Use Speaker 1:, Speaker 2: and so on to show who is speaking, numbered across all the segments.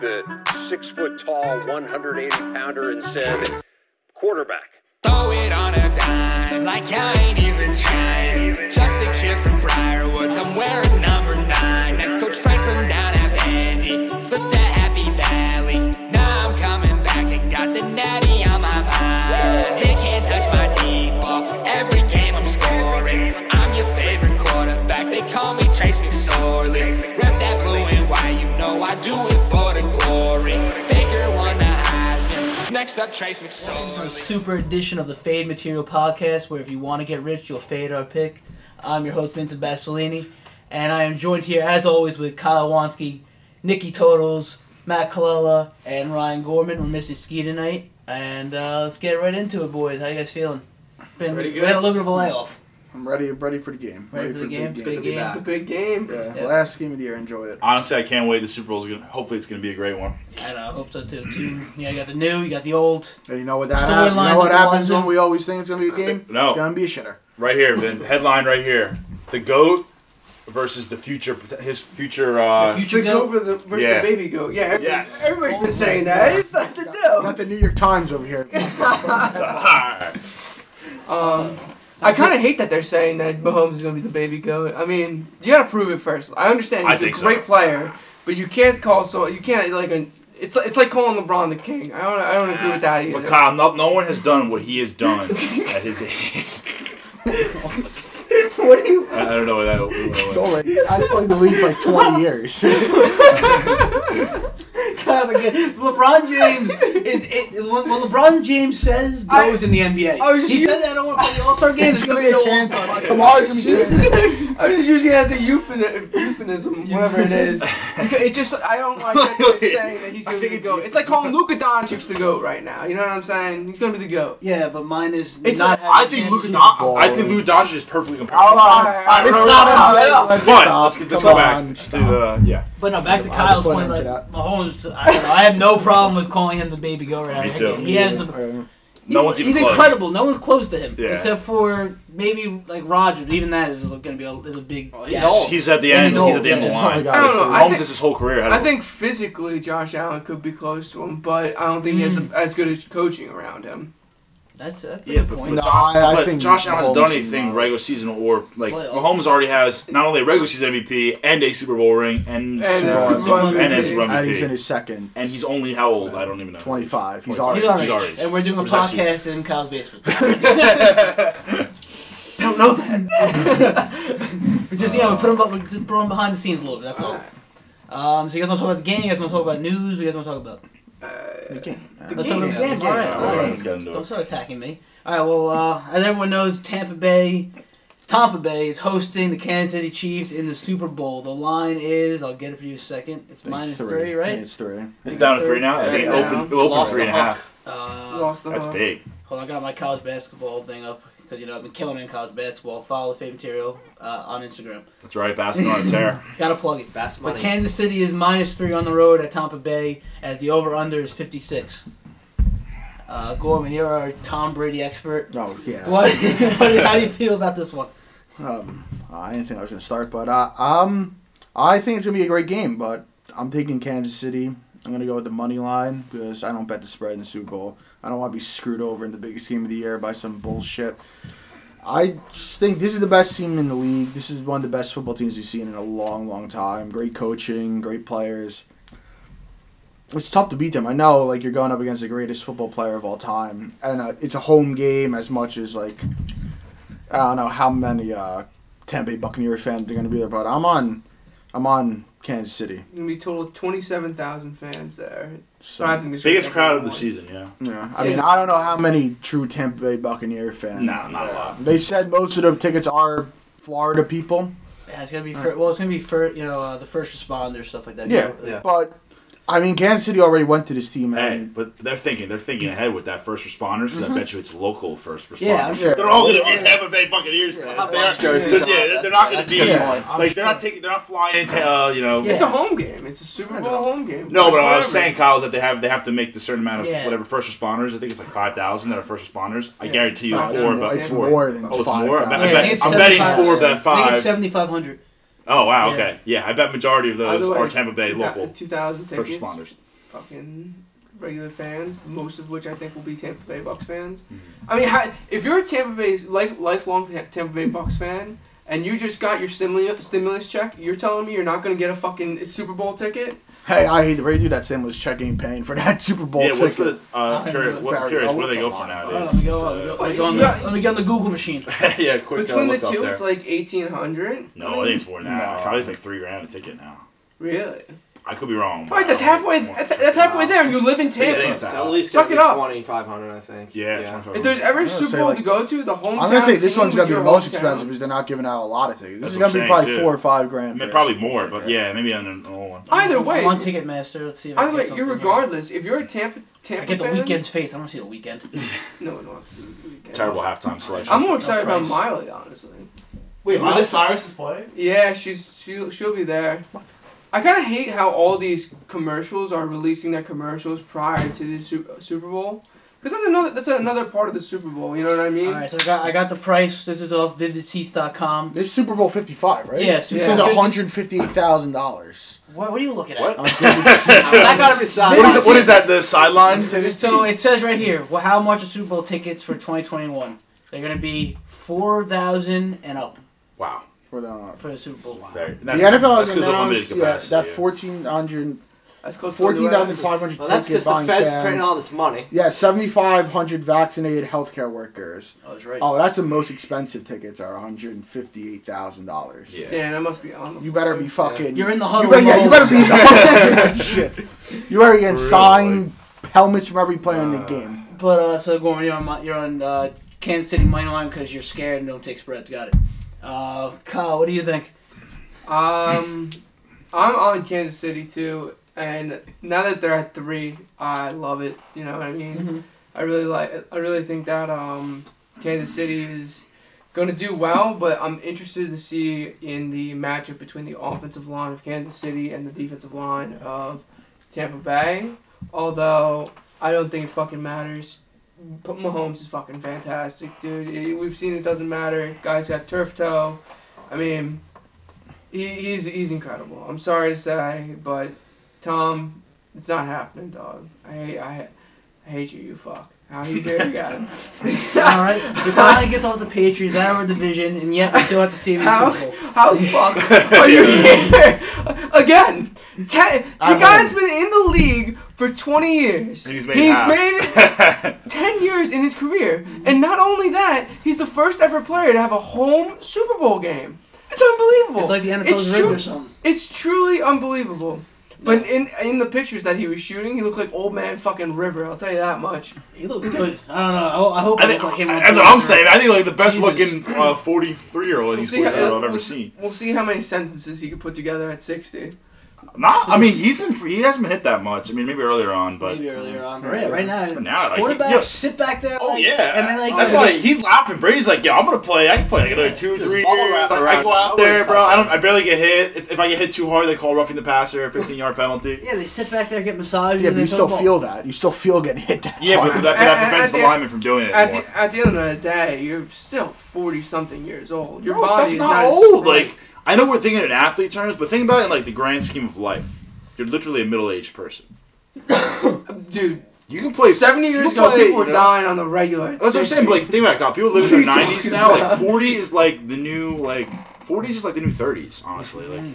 Speaker 1: the six foot tall, 180 pounder and said, quarterback.
Speaker 2: Throw it on a dime, like I ain't even trying. Just a kid from Briarwoods, I'm wearing number nine. That Coach Franklin down at Vandy, flipped to Happy Valley. Now I'm coming back and got the natty on my mind. They can't touch my deep ball, every game I'm scoring. I'm your favorite quarterback, they call me Trace McSorley. Rep that blue and white, you know I do it for the glory. Baker won the Heisman, next up Trace
Speaker 3: A
Speaker 2: McSorley.
Speaker 3: super edition of the Fade Material Podcast, where if you want to get rich, you'll fade our pick. I'm your host, Vincent Bastellini, and I am joined here, as always, with Kyle Wansky, Nikki Totals, Matt Colella, and Ryan Gorman. We're missing Ski tonight, and uh, let's get right into it, boys. How you guys feeling? Been,
Speaker 4: Pretty
Speaker 3: We had a
Speaker 4: good.
Speaker 3: little bit of a layoff.
Speaker 5: I'm ready. Ready for the game.
Speaker 3: Ready for the game? It's a big
Speaker 5: to be
Speaker 3: game.
Speaker 5: back.
Speaker 4: The big game.
Speaker 5: Yeah,
Speaker 3: Yeah.
Speaker 5: last game of the year. Enjoy it.
Speaker 6: Honestly, I can't wait. The Super Bowl's gonna. Hopefully, it's gonna be a great one.
Speaker 3: I know, I hope so too. Two, yeah, you got the new, you got the old.
Speaker 5: And you know what that
Speaker 3: Storylines
Speaker 5: happens? You know what
Speaker 3: that go on
Speaker 5: happens when
Speaker 3: there?
Speaker 5: we always think it's gonna be a game?
Speaker 6: No.
Speaker 5: it's gonna be a shitter.
Speaker 6: Right here, Vin. Headline right here: the goat versus the future. His future. Uh,
Speaker 3: future
Speaker 4: The goat
Speaker 3: goat.
Speaker 4: versus the, versus
Speaker 6: Yeah.
Speaker 4: the baby goat. Yeah, everybody,
Speaker 6: Yes.
Speaker 4: everybody's been saying that. It's not to do.
Speaker 5: Got the New York Times over here.
Speaker 6: Ah.
Speaker 4: I kind of hate that they're saying that Mahomes is going to be the baby goat. I mean, you got to prove it first. I understand
Speaker 6: I
Speaker 4: he's a
Speaker 6: think so.
Speaker 4: great player, but you can't call so you can't like an. It's it's like calling LeBron the king. I don't I don't agree with that either.
Speaker 6: But Kyle, no, no one has done what he has done at his age.
Speaker 4: what do you?
Speaker 6: I I don't know what that. what that was.
Speaker 5: It's already. I played the league for like 20 years.
Speaker 7: LeBron James is it, when when LeBron James says goes in the NBA.
Speaker 4: I was just
Speaker 7: he
Speaker 4: u-
Speaker 7: says I don't want to play the All Star game.
Speaker 5: it's
Speaker 7: It's
Speaker 5: gonna
Speaker 7: going
Speaker 5: be a
Speaker 7: to be
Speaker 5: can. Tomorrow's gonna be. a can.
Speaker 4: I was just using it as a euphemism, euphemism whatever it is. Because it's just I don't like that they're saying that he's going to be the goat. It's like calling Luka Doncic the goat right now. You know what I'm saying? He's going to be the goat.
Speaker 7: Yeah, but mine is
Speaker 4: It's
Speaker 7: not.
Speaker 4: a-
Speaker 6: I think Luka.
Speaker 5: Super
Speaker 6: Don-
Speaker 5: Bowl.
Speaker 6: I think Luka Doncic is perfectly
Speaker 5: Hold
Speaker 6: comparable.
Speaker 5: on.
Speaker 4: All right,
Speaker 5: It's
Speaker 4: all
Speaker 5: not
Speaker 4: right,
Speaker 5: a-
Speaker 4: all right.
Speaker 5: Let's
Speaker 6: But
Speaker 5: stop.
Speaker 6: let's get this
Speaker 5: Come
Speaker 6: go back
Speaker 5: on.
Speaker 6: to uh, yeah.
Speaker 7: but no, back to
Speaker 5: I'll
Speaker 7: Kyle's
Speaker 5: put
Speaker 7: point.
Speaker 5: him to
Speaker 7: Like,
Speaker 5: that.
Speaker 7: Mahomes, I, don't know, I have no problem with calling him the baby goat. Right?
Speaker 6: Me too.
Speaker 7: He has. A,
Speaker 5: Yeah.
Speaker 6: No
Speaker 7: he's-
Speaker 6: one's even
Speaker 7: He's
Speaker 6: close.
Speaker 7: incredible. No one's close to him,
Speaker 6: Yeah.
Speaker 7: except for maybe like Rogers. Even that is going to be a, is a big. gap.
Speaker 6: He's at the
Speaker 7: And he's
Speaker 6: end. He's
Speaker 7: Oh, old,
Speaker 6: at the end of the
Speaker 5: yeah. Sorry,
Speaker 6: line.
Speaker 5: guys.
Speaker 4: I don't know. I
Speaker 6: Holmes
Speaker 4: think-
Speaker 6: is his whole career. ahead
Speaker 4: I
Speaker 6: of him.
Speaker 4: think physically Josh Allen could be close to him, but I don't think he has
Speaker 6: Mm.
Speaker 4: the, as good as coaching around him.
Speaker 7: That's that's a
Speaker 6: Yeah,
Speaker 7: good
Speaker 6: but-
Speaker 7: point.
Speaker 5: No, I, I
Speaker 6: But
Speaker 5: think
Speaker 6: Josh Allen has
Speaker 5: Mahomes
Speaker 6: done
Speaker 5: and,
Speaker 6: anything
Speaker 5: uh,
Speaker 6: regular season or like
Speaker 7: Playoffs.
Speaker 6: Mahomes already has not only a regular season MVP and a Super Bowl ring and
Speaker 4: And
Speaker 5: a Super
Speaker 7: Bowl
Speaker 6: and a
Speaker 4: MVP.
Speaker 6: Super Bowl
Speaker 5: And he's in
Speaker 6: MVP.
Speaker 5: his second.
Speaker 6: And he's only how old? I don't even know.
Speaker 5: 25. He's
Speaker 6: 25.
Speaker 5: already.
Speaker 7: He's
Speaker 6: He's
Speaker 7: all right.
Speaker 6: already-
Speaker 7: And we're doing a
Speaker 6: He's actually-
Speaker 7: podcast in Kyle's basement.
Speaker 4: Don't know that.
Speaker 7: We just yeah, we put him up, we just brought him behind the scenes a little bit. That's all. Um, so you guys want to talk about the game? You guys want to talk about news? What you guys want to talk about? Let's talk about the
Speaker 4: Yeah,
Speaker 7: game.
Speaker 4: let's
Speaker 7: all
Speaker 4: get
Speaker 7: right,
Speaker 6: into it.
Speaker 7: all right.
Speaker 6: Alright, let's get into it.
Speaker 7: Don't start attacking me. All right. Well, uh, as everyone knows, Tampa Bay, Tampa Bay is hosting the Kansas City Chiefs in the Super Bowl. The line is, I'll get it for you a second. It's minus three,
Speaker 5: I think
Speaker 7: right?
Speaker 5: It's three.
Speaker 6: It's down to three now. I think it
Speaker 4: Three now.
Speaker 6: opened, it opened
Speaker 1: Lost
Speaker 6: three and a
Speaker 1: the
Speaker 6: half.
Speaker 7: Uh,
Speaker 4: Lost the
Speaker 6: That's
Speaker 4: hunt.
Speaker 6: big.
Speaker 7: hold on, I got my college basketball thing up because you know I've been killing it in college basketball. Follow the Fade Material uh, on Instagram.
Speaker 6: That's right. Baskin on a tear.
Speaker 7: Gotta plug it.
Speaker 8: Fast
Speaker 7: But
Speaker 8: money.
Speaker 7: Kansas City is minus three on the road at Tampa Bay, as the over under is 56. Uh, Gorman, you're our Tom Brady expert.
Speaker 5: Oh yeah.
Speaker 7: What, what- how do you feel about this one?
Speaker 5: Um, I didn't think I was gonna start, but uh, um, I think it's gonna be a great game. But I'm taking Kansas City. I'm gonna go with the money line because I don't bet the spread in the Super Bowl. I don't want to be screwed over in the biggest game of the year by some bullshit. I just think this is the best team in the league. This is one of the best football teams we've seen in a long, long time. Great coaching, great players. It's tough to beat them. I know, like you're going up against the greatest football player of all time, and uh, it's a home game as much as like I don't know how many uh, Tampa Bay Buccaneer fans are going to be there, but I'm on, I'm on Kansas City.
Speaker 4: Gonna be total twenty-seven thousand fans there.
Speaker 5: So
Speaker 4: But I think there's
Speaker 6: Biggest
Speaker 4: gonna be
Speaker 6: crowd of the
Speaker 4: one.
Speaker 6: season. Yeah.
Speaker 5: yeah, I mean I don't know how many true Tampa Bay Buccaneer fans.
Speaker 6: Nah, not a lot.
Speaker 5: They said most of the tickets are Florida people.
Speaker 7: Yeah, it's gonna be fir- well, it's gonna be for you know uh, the first responders stuff like that.
Speaker 5: Yeah,
Speaker 6: Yeah.
Speaker 5: but I mean Kansas City already went to this team,
Speaker 6: Hey,
Speaker 5: and
Speaker 6: but they're thinking. They're thinking ahead with that first responders because
Speaker 5: Mm-hmm.
Speaker 6: I bet you it's local first responders.
Speaker 7: Yeah, I'm
Speaker 5: sure.
Speaker 6: They're all gonna be Tampa Bay Buccaneers fans. They are,
Speaker 8: jerseys
Speaker 6: they're, yeah,
Speaker 8: on.
Speaker 6: they're not gonna be
Speaker 5: good point.
Speaker 6: like they're not taking. They're not flying into uh, you know.
Speaker 7: Yeah.
Speaker 4: It's a home game. It's a Super Bowl home game.
Speaker 6: No, but what I was
Speaker 4: Whatever.
Speaker 6: saying, Kyle, is that they have they have to make the certain amount of
Speaker 7: Yeah.
Speaker 6: whatever first responders. I think it's like five thousand that are first responders. I guarantee you
Speaker 5: No, it's
Speaker 6: four of
Speaker 5: more-
Speaker 6: that
Speaker 5: it's
Speaker 6: four.
Speaker 5: more than
Speaker 6: oh, it's
Speaker 5: five
Speaker 6: more. I bet-
Speaker 5: thousand.
Speaker 6: I
Speaker 5: Yeah,
Speaker 6: bet, I'm betting four of that five.
Speaker 7: seventy five hundred.
Speaker 6: Oh wow,
Speaker 7: Yeah.
Speaker 6: okay, yeah, I bet majority of
Speaker 4: Either
Speaker 6: those
Speaker 4: way,
Speaker 6: are uh, Tampa Bay
Speaker 4: 2000
Speaker 6: local
Speaker 4: 2,000
Speaker 6: first
Speaker 4: tickets.
Speaker 6: responders.
Speaker 4: fucking regular fans, most of which I think will be Tampa Bay Bucks fans. I mean, how, if you're a Tampa Bay life, lifelong Ta- Tampa Bay Bucks fan and you just got your stimulus stimulus check, you're telling me you're not gonna get a fucking Super Bowl ticket?
Speaker 5: Hey, I hate the Brady. That Sam was checking paying for that Super Bowl
Speaker 6: Yeah, what's
Speaker 5: ticket.
Speaker 6: the? Uh, curious,
Speaker 5: know,
Speaker 6: what, curious, what do they
Speaker 5: it's a
Speaker 6: go for
Speaker 5: lot.
Speaker 3: Let
Speaker 6: nowadays?
Speaker 3: me
Speaker 6: It's,
Speaker 3: go. Let me, go,
Speaker 6: uh,
Speaker 3: let, me go on the, let me get on the Google machine.
Speaker 6: yeah, quick. uh,
Speaker 4: Between the
Speaker 6: look up
Speaker 4: two,
Speaker 6: there.
Speaker 4: it's like eighteen hundred.
Speaker 6: no, I think it's more than that.
Speaker 5: No.
Speaker 6: Probably it's like three grand a ticket now.
Speaker 4: Really?
Speaker 6: I could be wrong. but
Speaker 4: Right, that's
Speaker 6: I don't
Speaker 4: halfway.
Speaker 6: think it's more
Speaker 4: That's,
Speaker 6: than
Speaker 4: that's halfway there. You live in
Speaker 6: I think
Speaker 4: Tampa.
Speaker 6: it's
Speaker 8: At
Speaker 6: out.
Speaker 8: least
Speaker 4: Suck
Speaker 8: it'll
Speaker 4: it
Speaker 8: be
Speaker 4: up.
Speaker 8: 2,500, I think.
Speaker 6: Yeah, it's much better.
Speaker 4: If there's ever a
Speaker 5: gonna say,
Speaker 4: Super Bowl
Speaker 5: like-
Speaker 4: to go to, the hometown.
Speaker 5: I'm gonna say this
Speaker 4: team
Speaker 5: one's gonna be
Speaker 4: your
Speaker 5: the most
Speaker 4: hometown.
Speaker 5: expensive because they're not giving out a lot of tickets. This
Speaker 6: That's
Speaker 5: is gonna be
Speaker 6: what I'm
Speaker 5: probably
Speaker 6: saying,
Speaker 5: four
Speaker 6: too.
Speaker 5: or five grand.
Speaker 6: I
Speaker 5: for
Speaker 6: mean,
Speaker 5: a
Speaker 6: probably
Speaker 5: Super Bowl
Speaker 6: more, but
Speaker 5: ticket.
Speaker 6: yeah, maybe on an old one.
Speaker 4: Either way,
Speaker 3: I'm on Ticketmaster. Let's see if I
Speaker 4: either
Speaker 3: can
Speaker 4: way,
Speaker 3: get something here.
Speaker 4: irregardless, if you're a Tampa
Speaker 3: I
Speaker 4: Tampa
Speaker 3: get the
Speaker 4: fan,
Speaker 3: weekend's face. I want to see the weekend.
Speaker 4: no one wants to. see the weekend.
Speaker 6: Terrible halftime selection.
Speaker 4: I'm more excited about
Speaker 3: price.
Speaker 4: Miley, honestly.
Speaker 9: Wait, Miley Cyrus is playing?
Speaker 4: Yeah, she's she'll she'll be there. I kind of hate how all these commercials are releasing their commercials prior to the Su- Super Bowl, because that's another that's another part of the Super Bowl. You know what I mean?
Speaker 7: All right, so I got I got the price. This is off vividseats.com.
Speaker 5: This is Super Bowl 55, right?
Speaker 7: Yes,
Speaker 5: This
Speaker 4: yeah.
Speaker 5: is $158,000.
Speaker 3: What, what are you looking at?
Speaker 6: What?
Speaker 8: I got to be solid.
Speaker 6: What is, it, what is that? The sideline?
Speaker 7: So it says right here, well, how much are Super Bowl tickets for 2021? They're gonna be four thousand and up
Speaker 6: Wow.
Speaker 5: For the,
Speaker 7: for the Super Bowl.
Speaker 6: There.
Speaker 5: the
Speaker 6: That's,
Speaker 5: NFL has
Speaker 6: that's 'cause of limited
Speaker 5: announced yeah,
Speaker 6: capacity,
Speaker 5: that
Speaker 6: yeah.
Speaker 5: 1,400
Speaker 4: That's close to
Speaker 5: 14,500
Speaker 8: Well, that's
Speaker 5: ticket
Speaker 8: because the
Speaker 5: buying
Speaker 8: Fed's
Speaker 5: fans.
Speaker 8: printing all this money.
Speaker 5: yeah, 7,500 vaccinated healthcare workers.
Speaker 3: Oh, that's right.
Speaker 5: Oh, that's the most expensive tickets are $158,000.
Speaker 6: Yeah.
Speaker 4: Damn, that must be on. The
Speaker 5: You better be
Speaker 4: floor.
Speaker 5: fucking.
Speaker 3: You're in the
Speaker 5: you
Speaker 3: huddle.
Speaker 5: better, yeah, you
Speaker 3: alone.
Speaker 5: better be in the huddle. Shit. You better get
Speaker 6: Really?
Speaker 5: signed helmets from every player in the game.
Speaker 3: But uh, so going, you're on Mi- you're on uh, Kansas City money line because you're scared and don't take spreads. Got it. Uh, Kyle, what do you think?
Speaker 4: Um, I'm on Kansas City too, and now that they're at three, I love it. You know what I mean? I really like. I really think that um, Kansas City is going to do well, but I'm interested to see in the matchup between the offensive line of Kansas City and the defensive line of Tampa Bay. Although I don't think it fucking matters. P- Mahomes is fucking fantastic, dude. It- we've seen it doesn't matter. Guy's got turf toe. I mean, he, he's he's incredible. I'm sorry to say, but Tom, it's not happening, dog. I hate I, I hate you, you fuck. How you dare you got him?
Speaker 7: All right, he finally gets off the Patriots out of our division, and yet we still have to see him in
Speaker 4: How
Speaker 7: the Super Bowl.
Speaker 4: how the fuck are you here again? Ten, the
Speaker 5: At
Speaker 4: guy's been in the league for 20 years.
Speaker 6: And he's made
Speaker 4: he's
Speaker 6: half.
Speaker 4: made it 10 years in his career, and not only that, he's the first ever player to have a home Super Bowl game. It's unbelievable.
Speaker 7: It's like the NFL's rigged
Speaker 4: tru-
Speaker 7: or something.
Speaker 4: It's truly unbelievable. But in in the pictures that he was shooting, he looked like old man fucking River. I'll tell you that much.
Speaker 7: He looks good. I don't know. I, I hope
Speaker 6: I
Speaker 7: Oh, I
Speaker 6: think,
Speaker 7: look like him. on
Speaker 6: that's what
Speaker 7: Twitter.
Speaker 6: I'm saying. I think like the best
Speaker 7: Jesus.
Speaker 6: looking uh, 43 year old he's I've
Speaker 4: we'll
Speaker 6: ever
Speaker 4: s-
Speaker 6: seen.
Speaker 4: We'll see how many sentences he could put together at 60.
Speaker 6: Nah, I mean he's been he hasn't been hit that much. I mean maybe earlier on, but
Speaker 7: Maybe earlier on. Right, right now.
Speaker 6: but now like, he-
Speaker 7: Quarterback,
Speaker 6: yo,
Speaker 7: sit back there.
Speaker 6: Oh
Speaker 7: like-
Speaker 6: yeah,
Speaker 7: And then like
Speaker 6: that's
Speaker 7: you know,
Speaker 6: why he's laughing. Brady's like, yo, I'm gonna play. I can play like another two, three
Speaker 8: bubble
Speaker 6: years.
Speaker 8: wrap
Speaker 6: Like, I
Speaker 8: around
Speaker 6: go
Speaker 8: him.
Speaker 6: out
Speaker 8: Nobody
Speaker 6: there,
Speaker 8: stops
Speaker 6: bro. I
Speaker 8: him.
Speaker 6: don't. I barely get hit. If, if I get hit too hard, they call roughing the passer, 15 yard penalty.
Speaker 7: Yeah, they sit back there, get massages.
Speaker 5: Yeah,
Speaker 7: and
Speaker 5: but
Speaker 7: they
Speaker 5: you still
Speaker 7: talk
Speaker 5: feel that. You still feel getting hit that
Speaker 6: Yeah,
Speaker 5: hard.
Speaker 6: but that,
Speaker 4: At-
Speaker 6: that
Speaker 4: at-
Speaker 6: prevents
Speaker 4: at
Speaker 6: the
Speaker 4: the-
Speaker 6: lineman from doing it
Speaker 4: At
Speaker 6: more.
Speaker 4: the, at the end of the day, you're still 40 something years old. Your
Speaker 6: Bro,
Speaker 4: body
Speaker 6: that's
Speaker 4: is
Speaker 6: not
Speaker 4: as
Speaker 6: old.
Speaker 4: strong.
Speaker 6: Like I know we're thinking in athlete terms, but think about it in like the grand scheme of life. You're literally a middle aged person.
Speaker 4: dude,
Speaker 6: You can play
Speaker 4: 70 years
Speaker 6: people
Speaker 4: ago,
Speaker 6: play,
Speaker 4: people were
Speaker 6: you know?
Speaker 4: dying on the regular. at
Speaker 6: That's what I'm saying.
Speaker 4: 60.
Speaker 6: But like, think about it, God. People live in their
Speaker 4: What are you
Speaker 6: 90s now. Like, 40 is like the new like 40s is like the new 30s. Honestly, like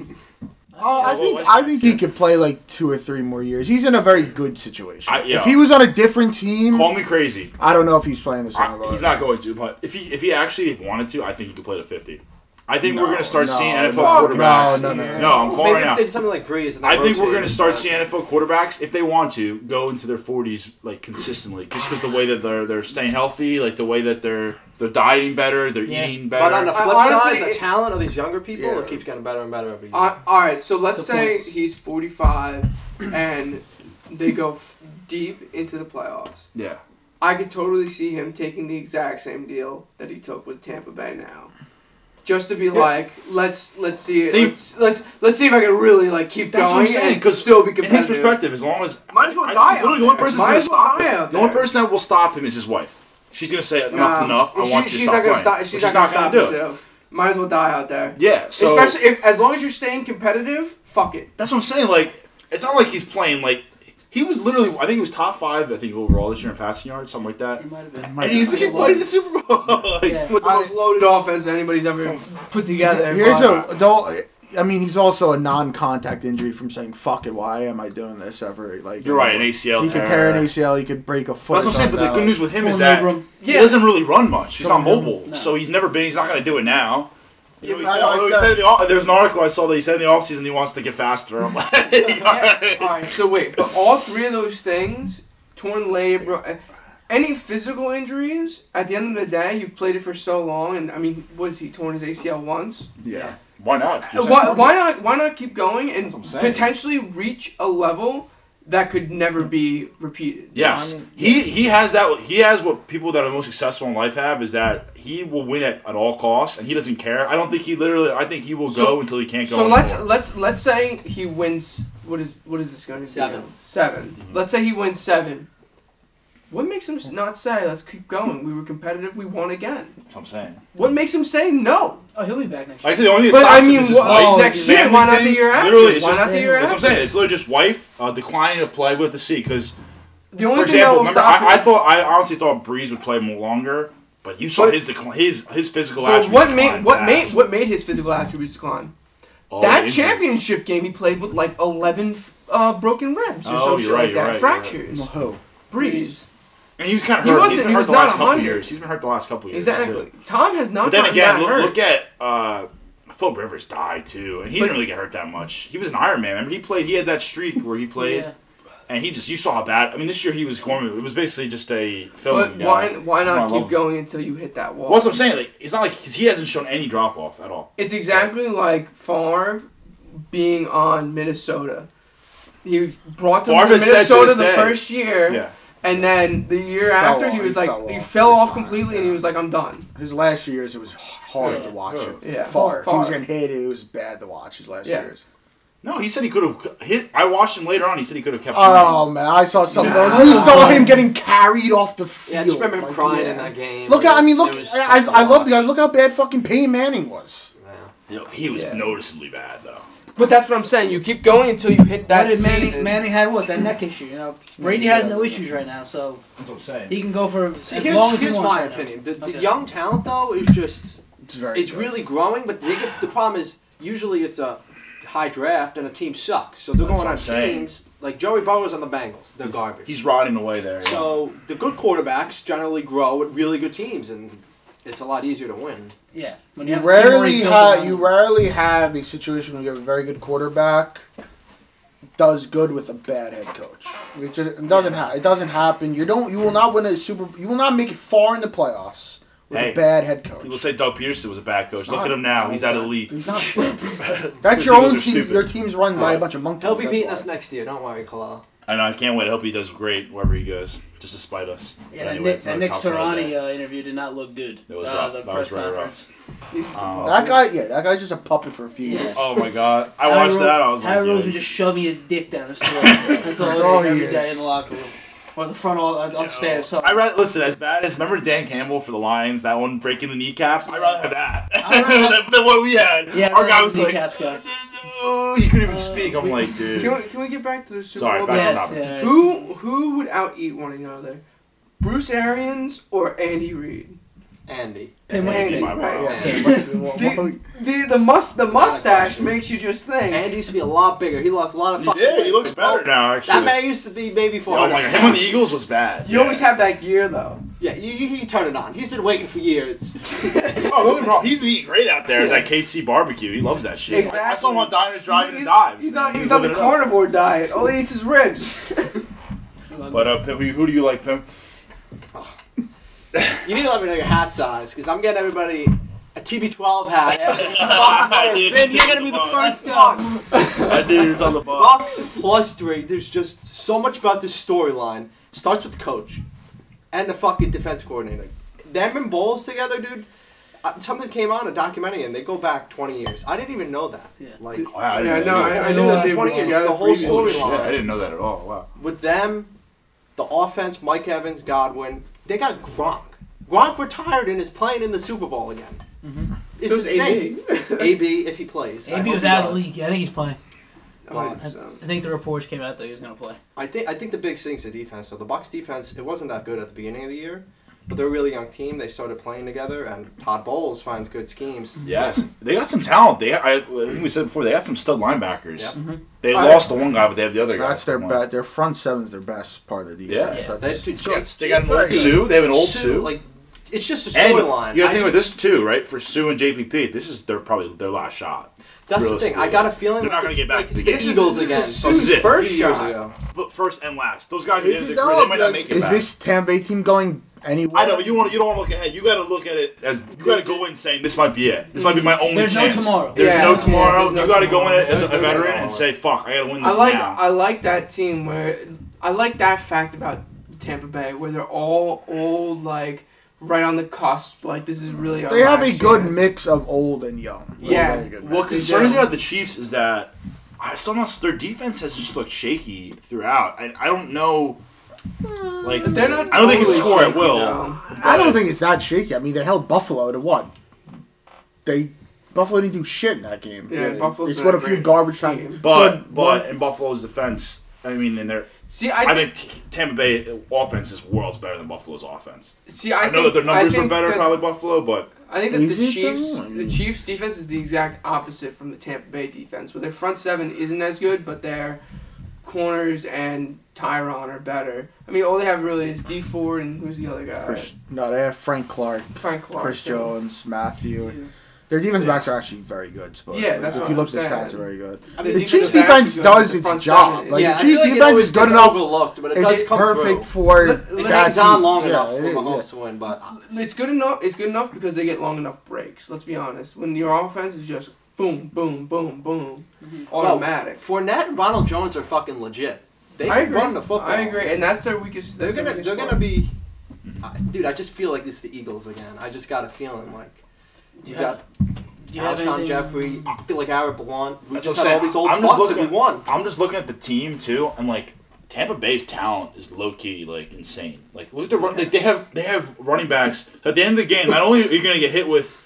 Speaker 5: Uh, I
Speaker 6: Yeah,
Speaker 5: think
Speaker 6: well,
Speaker 5: I think he could play like two or three more years. He's in a very good situation.
Speaker 6: I- yeah.
Speaker 5: If he was on a different team,
Speaker 6: call me crazy.
Speaker 5: I don't know if he's playing the
Speaker 6: I-
Speaker 5: same.
Speaker 6: he's not going to. But if he if he actually wanted to, I think he could play to 50. I think we're gonna start
Speaker 5: no,
Speaker 6: seeing
Speaker 5: no,
Speaker 6: NFL
Speaker 5: no,
Speaker 6: quarterbacks.
Speaker 5: no, no, no.
Speaker 6: I'm calling
Speaker 8: Maybe
Speaker 6: right
Speaker 8: if
Speaker 6: now.
Speaker 8: they did something like Breeze. And they
Speaker 6: I think we're going to
Speaker 8: rotated,
Speaker 6: start
Speaker 8: but-
Speaker 6: seeing NFL quarterbacks, if they want to, go into their 40s like consistently, just because the way that they're they're staying healthy, like the way that they're they're dieting better, they're eating better.
Speaker 8: But on the flip
Speaker 4: honestly,
Speaker 8: side, the
Speaker 4: it-
Speaker 8: talent of these younger people
Speaker 5: Yeah.
Speaker 8: it keeps getting better and better every year.
Speaker 4: Uh, all right, so let's
Speaker 7: The
Speaker 4: say
Speaker 7: points.
Speaker 4: he's 45 and they go f- deep into the playoffs.
Speaker 6: yeah,
Speaker 4: I could totally see him taking the exact same deal that he took with Tampa Bay now. Just to be like, let's let's see it.
Speaker 6: They-
Speaker 4: let's, let's let's see if I can really like keep
Speaker 6: that's
Speaker 4: going
Speaker 6: what I'm saying.
Speaker 4: and
Speaker 6: Because
Speaker 4: still be
Speaker 6: in his
Speaker 4: competitive.
Speaker 6: perspective, as long as
Speaker 4: Might as well
Speaker 6: I-
Speaker 4: die
Speaker 6: literally
Speaker 4: out
Speaker 6: the only
Speaker 4: there.
Speaker 6: person
Speaker 4: Might
Speaker 6: that's gonna
Speaker 4: as well
Speaker 6: stop
Speaker 4: die
Speaker 6: him,
Speaker 4: out
Speaker 6: the only
Speaker 4: there.
Speaker 6: person that will stop him is his wife. She's gonna say enough's
Speaker 4: Nah,
Speaker 6: enough. I
Speaker 4: she-
Speaker 6: want you
Speaker 4: she's
Speaker 6: to stop
Speaker 4: not gonna
Speaker 6: playing.
Speaker 4: stop.
Speaker 6: But
Speaker 4: She's, not gonna stop
Speaker 6: do
Speaker 4: him too. Might as well die out there.
Speaker 6: Yeah, so
Speaker 4: Especially if, as long as you're staying competitive, fuck it.
Speaker 6: that's what I'm saying. Like, it's not like he's playing like He was literally, I think he was top five, I think overall this year in passing yards, something like that.
Speaker 7: It might have been.
Speaker 6: And he's, he's played in the Super Bowl. like,
Speaker 7: Yeah.
Speaker 6: with the
Speaker 4: most loaded offense anybody's ever put together.
Speaker 5: Here's
Speaker 4: but-
Speaker 5: a though. I mean, he's also a non-contact injury from saying "fuck it." Why am I doing this ever? Like
Speaker 6: You're right, an ACL
Speaker 5: He
Speaker 6: tear.
Speaker 5: could tear an ACL. He could break a foot.
Speaker 6: That's what
Speaker 5: or
Speaker 6: I'm saying. But the
Speaker 5: something.
Speaker 6: good news with him is
Speaker 7: Full
Speaker 6: that
Speaker 7: labrum.
Speaker 6: he
Speaker 4: Yeah.
Speaker 6: doesn't really run much. He's not
Speaker 5: Full labrum.
Speaker 6: mobile,
Speaker 7: No.
Speaker 6: so he's never been. He's not going to do it now. You know, he
Speaker 5: but
Speaker 6: said,
Speaker 5: I always
Speaker 6: he
Speaker 5: said-
Speaker 6: said in the, off- there was an article I saw that he said in the offseason he wants to get faster. I'm like,
Speaker 4: All right, so wait, but all three of those things, torn labrum, any physical injuries, at the end of the day, you've played it for so long, and I mean, was he torn his ACL once?
Speaker 5: Yeah.
Speaker 6: why not? Just
Speaker 4: Uh, Why,
Speaker 6: have
Speaker 4: why not? Why not keep going and
Speaker 6: That's what I'm saying.
Speaker 4: potentially reach a level that could never be repeated?
Speaker 6: Yes, he he has that. He has what people that are most successful in life have is that he will win at, at all costs, and he doesn't care. I don't think he literally. I think he will
Speaker 4: So-
Speaker 6: go until he can't go.
Speaker 4: So let's
Speaker 6: anymore.
Speaker 4: let's let's say he wins. What is what is this going to be?
Speaker 7: Seven.
Speaker 4: 7
Speaker 6: Mm-hmm.
Speaker 4: let Let's say he wins seven. What makes him s- not say, "Let's keep going. We were competitive. We won again."
Speaker 6: That's what I'm saying.
Speaker 4: What makes him say no?
Speaker 7: Oh, he'll be back next year.
Speaker 6: Like I said, the only thing
Speaker 4: But
Speaker 6: that stops
Speaker 4: I
Speaker 6: him
Speaker 4: mean,
Speaker 6: is his
Speaker 4: what-
Speaker 6: wife.
Speaker 4: next year,
Speaker 6: Family
Speaker 4: why not the
Speaker 6: thing.
Speaker 4: year after?
Speaker 6: Literally, it's
Speaker 4: Why
Speaker 6: just-
Speaker 4: not the year
Speaker 6: That's what I'm
Speaker 4: after?
Speaker 6: saying. It's literally just wife uh, declining to play with the C because
Speaker 4: The only
Speaker 6: For
Speaker 4: thing
Speaker 6: example,
Speaker 4: that will
Speaker 6: remember,
Speaker 4: stop
Speaker 6: I, I
Speaker 4: him-
Speaker 6: thought I honestly thought Breeze would play more longer, but you saw
Speaker 4: But-
Speaker 6: his decline, his his physical
Speaker 4: Well,
Speaker 6: attributes.
Speaker 4: what made
Speaker 6: decline
Speaker 4: what made
Speaker 6: fast.
Speaker 4: what made his physical attributes decline?
Speaker 6: Oh,
Speaker 4: that
Speaker 6: injury.
Speaker 4: championship game he played with like eleven f- uh, broken ribs or
Speaker 6: Oh,
Speaker 4: some
Speaker 6: you're
Speaker 4: shit
Speaker 6: right,
Speaker 4: like
Speaker 6: you're right,
Speaker 4: that,
Speaker 6: you're right.
Speaker 4: fractures.
Speaker 5: Who?
Speaker 4: Breeze,
Speaker 6: and he was kind of
Speaker 4: He
Speaker 6: hurt. He
Speaker 4: wasn't-
Speaker 6: has been
Speaker 4: he
Speaker 6: hurt
Speaker 4: was
Speaker 6: the
Speaker 4: not
Speaker 6: last couple
Speaker 4: 100.
Speaker 6: years. He's been hurt the last couple years.
Speaker 4: exactly.
Speaker 6: Too.
Speaker 4: Tom has not.
Speaker 6: But then
Speaker 4: gotten
Speaker 6: again,
Speaker 4: that
Speaker 6: look,
Speaker 4: hurt.
Speaker 6: look at uh, Phil Rivers died too, and he
Speaker 4: But-
Speaker 6: didn't really get hurt that much. He was an Iron Man. Remember, he played. He had that streak where he played,
Speaker 7: Yeah.
Speaker 6: and he just you saw how bad. I mean, this year he was going. It was basically just a film.
Speaker 4: But why why
Speaker 6: I
Speaker 4: not
Speaker 6: love
Speaker 4: keep
Speaker 6: him.
Speaker 4: going until you hit that wall?
Speaker 6: What's I'm saying? Like, it's not like 'cause he hasn't shown any drop off at all.
Speaker 4: It's exactly like Favre being on Minnesota. He brought them
Speaker 6: Favre
Speaker 4: to
Speaker 6: has said to
Speaker 4: Minnesota
Speaker 6: this
Speaker 4: the
Speaker 6: day-
Speaker 4: first year,
Speaker 6: Yeah.
Speaker 4: and then the year
Speaker 5: fell
Speaker 4: after
Speaker 5: off,
Speaker 4: he was
Speaker 5: he
Speaker 4: like
Speaker 5: fell
Speaker 4: he
Speaker 5: off
Speaker 4: fell
Speaker 5: big
Speaker 4: off
Speaker 5: time,
Speaker 4: completely,
Speaker 5: yeah.
Speaker 4: and he was like, "I'm done."
Speaker 5: His last few years, it was hard to watch him.
Speaker 4: Yeah.
Speaker 5: Far. He was
Speaker 4: Favre.
Speaker 5: getting hit. It was bad to watch his last
Speaker 4: Yeah.
Speaker 5: years.
Speaker 6: No, he said he could have hit. I watched him later on. He said he could have kept.
Speaker 5: Oh man, I saw some of those. You saw him getting carried off the field.
Speaker 8: Yeah, I just remember him
Speaker 5: Like,
Speaker 8: crying
Speaker 5: yeah.
Speaker 8: in that game.
Speaker 5: Look,
Speaker 8: It
Speaker 5: how, I
Speaker 8: was-
Speaker 5: mean,
Speaker 8: it
Speaker 5: look.
Speaker 8: was
Speaker 5: I,
Speaker 8: tough
Speaker 5: I
Speaker 8: to
Speaker 5: love the guy.
Speaker 8: watch.
Speaker 5: Look how bad fucking Peyton Manning was.
Speaker 8: Yeah.
Speaker 6: playing. No, he was
Speaker 4: Yeah.
Speaker 6: noticeably bad though.
Speaker 4: But that's what I'm saying. You keep going until you hit that
Speaker 7: What did
Speaker 4: season.
Speaker 7: Manning, Manning had what that neck issue? You know, Brady has no issues right now, so
Speaker 9: That's what I'm saying.
Speaker 7: he can go for
Speaker 8: See,
Speaker 7: as
Speaker 8: here's,
Speaker 7: long as
Speaker 8: here's
Speaker 7: he wants
Speaker 8: my
Speaker 7: right now.
Speaker 8: opinion. The, the
Speaker 7: Okay.
Speaker 8: young talent, though, is just.
Speaker 5: It's very.
Speaker 8: It's
Speaker 5: good.
Speaker 8: really growing, but they get, the problem is usually it's a high draft and a team sucks. So they're
Speaker 6: That's
Speaker 8: going
Speaker 6: what
Speaker 8: on
Speaker 6: I'm saying.
Speaker 8: teams. Like Joey Burrow's on the Bengals. They're
Speaker 6: He's,
Speaker 8: garbage.
Speaker 6: He's rotting away there. yeah.
Speaker 8: so the good quarterbacks generally grow at really good teams, and it's a lot easier to win.
Speaker 7: Yeah, when
Speaker 5: You
Speaker 7: have a team already
Speaker 5: rarely
Speaker 7: built
Speaker 5: have
Speaker 7: around-
Speaker 5: you rarely have a situation where you have a very good quarterback does good with a bad head coach. It, just, it doesn't ha- it doesn't happen. You don't you will not win a super you will not make it far in the playoffs with
Speaker 6: Hey.
Speaker 5: a bad head coach.
Speaker 6: people say Doug Peterson was a bad coach.
Speaker 5: It's
Speaker 6: Look
Speaker 5: not-
Speaker 6: at him now. He's out of the league.
Speaker 5: He's not. That's your
Speaker 6: Because
Speaker 5: own
Speaker 6: those are
Speaker 5: team.
Speaker 6: stupid. Oh.
Speaker 5: Your team's run by a bunch of monkeys.
Speaker 8: He'll be
Speaker 5: that's
Speaker 8: beating
Speaker 5: why.
Speaker 8: us next year. Don't worry, Kalal.
Speaker 6: I know. I can't wait. I hope he does great wherever he goes, just to spite us.
Speaker 7: Yeah,
Speaker 6: But
Speaker 7: that
Speaker 6: anyway,
Speaker 7: Nick,
Speaker 6: it's
Speaker 7: that
Speaker 6: another
Speaker 7: Nick
Speaker 6: top row
Speaker 7: Sirianni
Speaker 6: there.
Speaker 7: uh, interview did not look good.
Speaker 6: It was
Speaker 7: uh,
Speaker 6: rough.
Speaker 7: The
Speaker 6: That
Speaker 7: press
Speaker 6: was very
Speaker 7: conference.
Speaker 6: rough. Um,
Speaker 5: That guy, yeah, that guy's just a puppet for a few
Speaker 7: Yeah.
Speaker 5: years.
Speaker 6: oh my god! I
Speaker 7: Harry
Speaker 6: watched
Speaker 7: Ro-
Speaker 6: that. I was like,
Speaker 7: Harry Rose
Speaker 6: yeah,
Speaker 7: would just shoving your dick down his throat. That's all,
Speaker 5: That's
Speaker 7: it
Speaker 5: all
Speaker 7: is
Speaker 5: he
Speaker 7: every
Speaker 5: is.
Speaker 7: day in the locker room or the front all, uh, upstairs. So
Speaker 6: I rather listen as bad as remember Dan Campbell for the Lions that one breaking the kneecaps. I'd rather have that
Speaker 7: rather-
Speaker 6: than what we had.
Speaker 7: yeah,
Speaker 6: our guy
Speaker 7: rather
Speaker 6: was
Speaker 7: than
Speaker 6: like,
Speaker 7: kneecaps guy.
Speaker 6: "Oh, he couldn't even speak. I'm like, dude.
Speaker 4: Can we, can we get back to the Super
Speaker 6: Sorry,
Speaker 4: Bowl?
Speaker 6: back to
Speaker 4: game?
Speaker 6: the
Speaker 7: yes, yes.
Speaker 6: topic.
Speaker 4: Who who would out eat one another? Bruce Arians or Andy Reid?
Speaker 8: Andy.
Speaker 6: Andy,
Speaker 4: Andy,
Speaker 6: my
Speaker 4: right.
Speaker 6: wow.
Speaker 5: Yeah, what's- what- what-
Speaker 4: The, the, the, must, the mustache makes you just think.
Speaker 8: Andy used to be a lot bigger. He lost a lot of
Speaker 6: He
Speaker 8: fucking
Speaker 6: did. He
Speaker 8: weight.
Speaker 6: looks better now,
Speaker 8: That
Speaker 6: actually.
Speaker 8: man used to be maybe
Speaker 6: oh my
Speaker 8: 400.
Speaker 6: god, him on the Eagles was bad.
Speaker 4: you always have that gear though.
Speaker 8: Yeah, you, you, you can turn it on. He's been waiting for years.
Speaker 6: Oh, don't get me wrong. He's been eating great out there. That KC barbecue. He loves that shit.
Speaker 4: Exactly.
Speaker 6: I saw him on diners, driving,
Speaker 4: he's,
Speaker 6: and dives.
Speaker 4: He's
Speaker 6: man.
Speaker 4: on, he's on the
Speaker 6: living it up.
Speaker 4: carnivore diet. All he eats is ribs.
Speaker 6: But uh, Pimp, who do you like, Pimp?
Speaker 8: You need to let me know your hat size, because I'm getting everybody a TB12 hat.
Speaker 6: I did.
Speaker 8: Vin, you're going to be the first one.
Speaker 6: I knew he was on the
Speaker 8: Bucks plus three. There's just so much about this storyline. Starts with the coach and the fucking defense coordinator. Them and Bowles together, dude. Uh, something came on a documentary, and they go back 20 years. I didn't even know that.
Speaker 7: Yeah.
Speaker 8: Like
Speaker 6: Wow,
Speaker 4: Yeah, no, I, I
Speaker 8: I
Speaker 4: know
Speaker 8: know
Speaker 4: that they
Speaker 8: that
Speaker 4: were
Speaker 8: 20 years,
Speaker 4: together
Speaker 8: the whole
Speaker 4: previously.
Speaker 8: story-
Speaker 6: Shit, I didn't know that at all. Wow.
Speaker 8: with them, the offense, Mike Evans, Godwin, they got Gronk. Gronk retired and is playing in the Super Bowl again. It's
Speaker 4: So is
Speaker 8: insane. AB. if he plays. I
Speaker 7: AB
Speaker 8: hope
Speaker 7: Mm-hmm. was
Speaker 8: he
Speaker 7: out of the
Speaker 8: does.
Speaker 7: league. I think he's playing.
Speaker 8: But,
Speaker 7: I,
Speaker 8: um,
Speaker 7: I think the reports came out that he was going to play.
Speaker 8: I think I think the big thing's the defense. So the Bucks defense, it wasn't that good at the beginning of the year, but they're a really young team. They started playing together, and Todd Bowles finds good schemes.
Speaker 6: Yes, they got some talent. They, I, I think we said before, they got some stud linebackers.
Speaker 8: Yep.
Speaker 6: They
Speaker 5: I-
Speaker 6: lost the one guy, but they have the other guy.
Speaker 5: That's their
Speaker 6: Come on.
Speaker 5: bet. Their front seven's their best part of the defense.
Speaker 6: Yeah.
Speaker 5: That's-
Speaker 8: They had two Jets-
Speaker 6: They got an
Speaker 8: Jets-
Speaker 6: old Sue. They have an old Sue.
Speaker 8: Like it's just a
Speaker 6: and
Speaker 8: storyline.
Speaker 6: you got to
Speaker 8: I
Speaker 6: think
Speaker 8: just-
Speaker 6: with this too, right? For Sue and JPP, this is their probably their last shot.
Speaker 8: That's the thing. I got a feeling
Speaker 6: They're not
Speaker 8: like
Speaker 6: gonna get
Speaker 8: it's-
Speaker 6: back
Speaker 8: like
Speaker 6: to the
Speaker 8: it's the
Speaker 6: game.
Speaker 8: Eagles
Speaker 6: This is
Speaker 8: again.
Speaker 6: Sue's
Speaker 8: Sue's
Speaker 6: first
Speaker 8: few years
Speaker 6: shot.
Speaker 8: ago.
Speaker 6: But first and last, those guys at the
Speaker 5: Is
Speaker 6: end of
Speaker 5: it
Speaker 6: their career,
Speaker 5: though?
Speaker 6: they might not
Speaker 5: Because
Speaker 6: make it.
Speaker 5: Is
Speaker 6: back.
Speaker 5: this Tampa Bay team going anywhere?
Speaker 6: I know, but you want you don't want to look ahead. You got to look at it as you got to go in saying this might be it. This might be my only
Speaker 7: There's no
Speaker 6: chance.
Speaker 7: tomorrow.
Speaker 6: There's
Speaker 4: Yeah,
Speaker 6: no
Speaker 4: yeah,
Speaker 6: tomorrow.
Speaker 4: there's no
Speaker 6: you got to go in
Speaker 4: tomorrow.
Speaker 6: it as a
Speaker 4: They're gonna
Speaker 6: veteran
Speaker 8: go
Speaker 6: and
Speaker 8: all
Speaker 6: say, "Fuck, I got to win
Speaker 4: I
Speaker 6: this
Speaker 4: like
Speaker 6: now."
Speaker 4: I like that team where I like that fact about Tampa Bay where they're all old like right on the cusp like this is really our
Speaker 5: They have
Speaker 4: last
Speaker 5: a good
Speaker 4: chance.
Speaker 5: mix of old and young. They
Speaker 4: Yeah.
Speaker 5: have a good mix.
Speaker 6: What
Speaker 4: They
Speaker 6: concerns me
Speaker 4: do.
Speaker 6: about the Chiefs is that I, so much their defense has just looked shaky throughout. I, I don't know, like
Speaker 4: They're not
Speaker 6: I don't think it
Speaker 4: totally
Speaker 6: score at
Speaker 4: shaky,
Speaker 6: will.
Speaker 4: though.
Speaker 5: I don't think it's that shaky. I mean, they held Buffalo to what? They Buffalo didn't do shit in that game.
Speaker 4: Yeah, Buffalo's
Speaker 5: It's
Speaker 4: not
Speaker 5: what a
Speaker 4: a
Speaker 5: few
Speaker 4: great
Speaker 5: garbage
Speaker 4: team.
Speaker 5: time.
Speaker 6: But but in Buffalo's defense, I mean, in their
Speaker 4: See, I,
Speaker 6: I
Speaker 4: think,
Speaker 6: think T- Tampa Bay offense is worlds better than Buffalo's offense.
Speaker 4: see, I,
Speaker 6: I, know
Speaker 4: think,
Speaker 6: that their
Speaker 4: I
Speaker 6: numbers were
Speaker 4: think
Speaker 6: better,
Speaker 4: that-
Speaker 6: probably Buffalo, but
Speaker 4: I think that
Speaker 5: Is
Speaker 4: the
Speaker 5: it
Speaker 4: Chiefs,
Speaker 5: though? I
Speaker 4: the
Speaker 5: mean-
Speaker 4: Chiefs' defense is the exact opposite from the Tampa Bay defense, where their front seven isn't as good, but their corners and Tyron are better. I mean, all they have really is D Ford and who's the other guy?
Speaker 5: Chris, no, they have Frank Clark,
Speaker 4: Frank Clark.
Speaker 5: Chris
Speaker 4: yeah.
Speaker 5: Jones, Matthew. Their defense backs are actually very good. Supposedly.
Speaker 4: Yeah, that's
Speaker 5: if
Speaker 4: what
Speaker 5: you
Speaker 4: I'm
Speaker 5: look, at the
Speaker 4: saying.
Speaker 5: stats are very good.
Speaker 4: The
Speaker 8: I
Speaker 5: The
Speaker 8: mean,
Speaker 4: defense
Speaker 5: Chiefs
Speaker 4: is actually
Speaker 5: defense
Speaker 4: good.
Speaker 5: does
Speaker 4: The front
Speaker 5: its job.
Speaker 4: seven
Speaker 5: Like
Speaker 4: Yeah,
Speaker 5: the Chiefs
Speaker 8: like it
Speaker 5: defense
Speaker 8: always
Speaker 5: is good
Speaker 8: gets
Speaker 5: enough.
Speaker 8: Overlooked, but it
Speaker 5: It's
Speaker 8: does come
Speaker 5: perfect
Speaker 8: through.
Speaker 5: for
Speaker 4: Let-
Speaker 8: It
Speaker 4: let-
Speaker 5: that
Speaker 8: hangs on
Speaker 5: team.
Speaker 8: long
Speaker 5: Yeah,
Speaker 8: enough
Speaker 5: it
Speaker 8: for
Speaker 5: is, yeah.
Speaker 8: Mahomes to win, but uh,
Speaker 4: It's good enough. It's good enough because they get long enough breaks. Let's be honest. When your offense is just boom, boom, boom, boom, automatic.
Speaker 8: Well, Fournette and Ronald Jones are fucking legit. They
Speaker 4: I agree.
Speaker 8: run the football.
Speaker 4: I agree, and that's their weakest.
Speaker 8: They're
Speaker 4: that's their
Speaker 8: gonna
Speaker 4: weakest
Speaker 8: they're
Speaker 4: part.
Speaker 8: gonna be, I, dude. I just feel like this is the Eagles again. I just got a feeling like you
Speaker 7: Yeah.
Speaker 8: got
Speaker 7: Do you have
Speaker 8: Alshon
Speaker 7: anything-
Speaker 8: Jeffrey. I feel like Aaron Blunt. We
Speaker 6: That's
Speaker 8: just
Speaker 6: what I'm
Speaker 8: had all
Speaker 6: saying.
Speaker 8: these old
Speaker 6: I'm just
Speaker 8: fucks and
Speaker 6: looking
Speaker 8: we
Speaker 6: at-
Speaker 8: won.
Speaker 6: I'm just looking at the team too, and like Tampa Bay's talent is low key like insane. Like look at the run, like they have they have running backs. So at the end of the game, not only are you gonna get hit with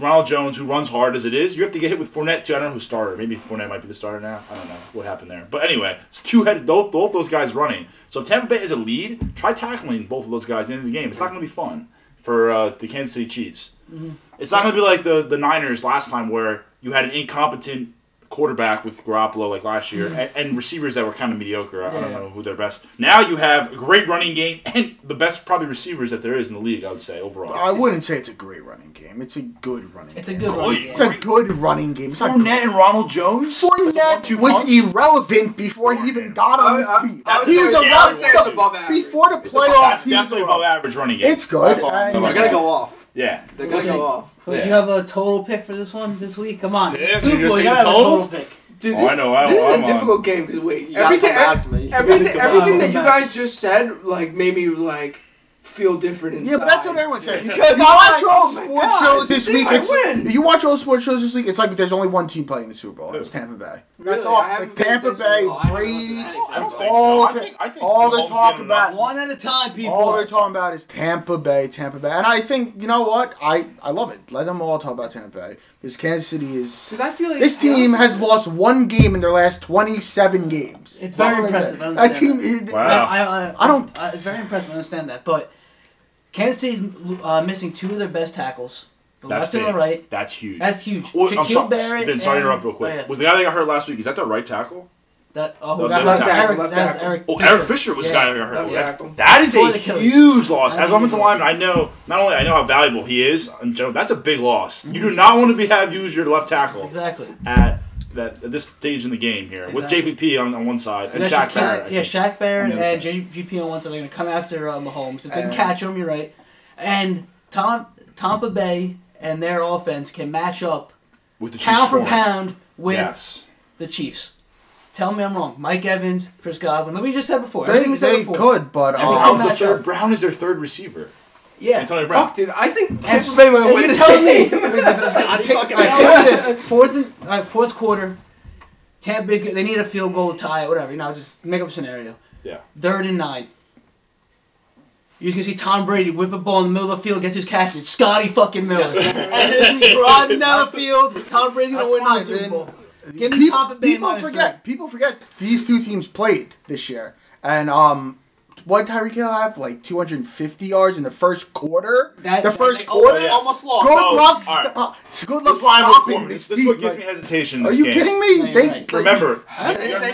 Speaker 6: Ronald Jones, who runs hard as it is, you have to get hit with Fournette too. I don't know who started. Maybe Fournette might be the starter now. I don't know what happened there. But anyway, it's two headed. Both, both those guys running. So if Tampa Bay is a lead, try tackling both of those guys at the end of the game. It's not gonna be fun for uh, the Kansas City Chiefs. It's not going to be like the, the Niners last time where you had an incompetent quarterback with Garoppolo like last
Speaker 7: Mm-hmm.
Speaker 6: year and, and receivers that were kind of mediocre. I, I don't
Speaker 4: Yeah.
Speaker 6: know who their best. Now you have a great running game and the best probably receivers that there is in the league, I would say, overall.
Speaker 5: I wouldn't say it's a great running game. It's a good running.
Speaker 7: It's a
Speaker 5: game.
Speaker 7: good
Speaker 6: Oh,
Speaker 7: one.
Speaker 6: yeah.
Speaker 7: yeah.
Speaker 5: It's a good running game. It's not good.
Speaker 6: Fournette and Ronald Jones?
Speaker 5: Fournette was
Speaker 6: punch?
Speaker 5: irrelevant before he even got on
Speaker 4: I-
Speaker 5: this
Speaker 4: I-
Speaker 5: team.
Speaker 4: I
Speaker 6: would
Speaker 5: he
Speaker 6: say-
Speaker 5: was
Speaker 6: yeah, I would say it's
Speaker 5: irrelevant
Speaker 4: above average.
Speaker 5: before the playoffs.
Speaker 6: That's
Speaker 5: He was
Speaker 6: definitely above
Speaker 5: irrelevant.
Speaker 6: average running game.
Speaker 5: It's good,
Speaker 6: That's all I'm
Speaker 5: and-
Speaker 6: gonna
Speaker 8: They're
Speaker 6: say.
Speaker 8: gonna go off.
Speaker 6: Yeah.
Speaker 8: They're gonna
Speaker 7: Listen.
Speaker 8: go off.
Speaker 7: Wait,
Speaker 6: Yeah.
Speaker 7: do you have a total pick for this one this week? Come on,
Speaker 6: Yeah,
Speaker 7: Super
Speaker 6: you're
Speaker 7: Bowl, you gotta
Speaker 6: taking
Speaker 7: have a total
Speaker 6: totals?
Speaker 7: pick.
Speaker 4: Dude,
Speaker 6: Oh,
Speaker 4: this,
Speaker 6: I know, I-
Speaker 4: this is
Speaker 6: I'm
Speaker 4: a
Speaker 6: on.
Speaker 4: difficult game because wait,
Speaker 8: You gotta
Speaker 4: everything,
Speaker 8: come back to me. You gotta
Speaker 4: everything,
Speaker 8: come
Speaker 4: everything that
Speaker 8: back.
Speaker 4: you guys just said like made me like feel different inside.
Speaker 5: Yeah, but that's what everyone says.
Speaker 4: Because
Speaker 5: you
Speaker 4: I'm
Speaker 5: watch
Speaker 4: like,
Speaker 5: all
Speaker 4: oh my
Speaker 5: sports
Speaker 4: God,
Speaker 5: shows
Speaker 4: it's the
Speaker 5: this
Speaker 4: team
Speaker 5: week.
Speaker 4: I
Speaker 5: It's,
Speaker 4: win.
Speaker 5: you watch all sports shows this week. It's like there's only one team playing the Super Bowl. It's Tampa Bay. That's
Speaker 4: Really?
Speaker 5: all.
Speaker 4: I haven't
Speaker 5: It's
Speaker 4: paid
Speaker 5: Tampa
Speaker 4: attention at
Speaker 5: Bay.
Speaker 4: all.
Speaker 5: It's
Speaker 8: I haven't listened to
Speaker 5: Brady.
Speaker 8: anything.
Speaker 6: I don't think so.
Speaker 5: All,
Speaker 6: I think, I think
Speaker 5: all they're
Speaker 6: Mahomes did
Speaker 5: talking
Speaker 6: enough.
Speaker 5: about.
Speaker 7: One at a time, people.
Speaker 5: all they're talking about is Tampa Bay, Tampa Bay, and I think you know what? I I love it. Let them all talk about Tampa Bay because Kansas City is.
Speaker 4: Because I feel like
Speaker 5: This team has lost one game in their last 27 games.
Speaker 7: It's very
Speaker 5: Something like
Speaker 7: impressive, I
Speaker 5: That,
Speaker 7: understand
Speaker 5: That team. It,
Speaker 6: Wow.
Speaker 7: I, I, I,
Speaker 5: Oh. I don't-
Speaker 7: I, it's very impressive. I understand that, but Kansas City's uh, missing two of their best tackles, the
Speaker 6: That's
Speaker 7: left
Speaker 6: big.
Speaker 7: and the right.
Speaker 6: That's huge.
Speaker 7: That's huge.
Speaker 6: Well, I'm
Speaker 7: Shaquille
Speaker 6: sorry,
Speaker 7: Barrett.
Speaker 6: Vin, sorry to
Speaker 7: and-
Speaker 6: interrupt real quick.
Speaker 7: oh, yeah.
Speaker 6: Was the guy that got hurt last week, is that the right tackle?
Speaker 7: that oh,
Speaker 6: No,
Speaker 7: who got
Speaker 6: left
Speaker 7: hurt?
Speaker 4: tackle,
Speaker 7: Eric,
Speaker 4: left
Speaker 7: that's
Speaker 4: tackle.
Speaker 7: Eric.
Speaker 6: Oh,
Speaker 7: Fisher.
Speaker 6: Eric Fisher was the
Speaker 7: Yeah.
Speaker 6: guy that got
Speaker 4: That
Speaker 6: hurt.
Speaker 4: was
Speaker 6: That's,
Speaker 4: Jackal.
Speaker 6: that is
Speaker 7: Before
Speaker 6: a
Speaker 7: the Achilles.
Speaker 6: huge loss. As
Speaker 7: That's
Speaker 6: an offensive
Speaker 7: huge.
Speaker 6: lineman, I know not only I know how valuable he is in general. That's a big loss. You do not want to be have used your left tackle
Speaker 7: Exactly.
Speaker 6: at that at this stage in the game here
Speaker 7: Exactly.
Speaker 6: with JPP on, on one side and
Speaker 7: Yeah,
Speaker 6: Shaq
Speaker 7: Shaq-
Speaker 6: Barrett. I
Speaker 7: yeah,
Speaker 6: think.
Speaker 7: Shaq Barron
Speaker 6: On the other
Speaker 7: and JGP on one side are going to come after uh, Mahomes. If they
Speaker 5: And-
Speaker 7: catch him, you're right. And Tom, Tampa Bay and their offense can match up
Speaker 6: with the Chiefs
Speaker 7: pound for
Speaker 6: scoring.
Speaker 7: pound with
Speaker 6: Yes.
Speaker 7: the Chiefs. Tell me I'm wrong. Mike Evans, Chris Godwin. Like we just said before.
Speaker 5: they
Speaker 7: everything we said
Speaker 5: they
Speaker 7: before.
Speaker 5: could, but
Speaker 7: Every
Speaker 5: um,
Speaker 6: Brown's the
Speaker 7: matchup.
Speaker 6: third. Brown is their third receiver.
Speaker 7: Yeah.
Speaker 6: Antonio Brown.
Speaker 4: fuck, dude. I think
Speaker 7: And-
Speaker 4: Tampa Bay
Speaker 7: and
Speaker 4: will win
Speaker 7: you're
Speaker 4: this
Speaker 7: telling me-
Speaker 4: game.
Speaker 8: Scotty fucking
Speaker 7: All right,
Speaker 8: Miller.
Speaker 7: picture this. Fourth, and, all right, fourth quarter. Tampa Bay's good. They need a field goal tie, whatever. You know, just make up a scenario.
Speaker 6: Yeah.
Speaker 7: Third and nine. You're just gonna see Tom Brady whip a ball in the middle of the field, gets his catch, and it's Scotty fucking Miller. and he's gonna be driving down the field. Tom Brady's gonna win the
Speaker 5: That's fine,
Speaker 7: Super Bowl.
Speaker 5: man.
Speaker 7: Give me
Speaker 5: people,
Speaker 7: Tampa Bay
Speaker 5: people
Speaker 7: minus
Speaker 5: forget. People forget these two teams played this year, and um, what did Tyreek Hill have like 250 yards in the first quarter.
Speaker 7: That-
Speaker 5: the
Speaker 7: that-
Speaker 5: first
Speaker 7: they also-
Speaker 5: quarter,
Speaker 6: they almost
Speaker 5: Good
Speaker 6: lost. Oh, So,
Speaker 5: luck,
Speaker 6: all right.
Speaker 5: stop, good
Speaker 6: This
Speaker 5: luck
Speaker 6: is why I'm
Speaker 5: stopping
Speaker 6: lukewarm.
Speaker 5: this
Speaker 6: This,
Speaker 5: team.
Speaker 6: is what gives
Speaker 5: like-
Speaker 6: me hesitation. in
Speaker 5: are
Speaker 6: this
Speaker 5: you
Speaker 6: game.
Speaker 5: kidding me?
Speaker 7: you're
Speaker 5: They
Speaker 7: right.
Speaker 5: like-
Speaker 6: Remember,
Speaker 4: Thank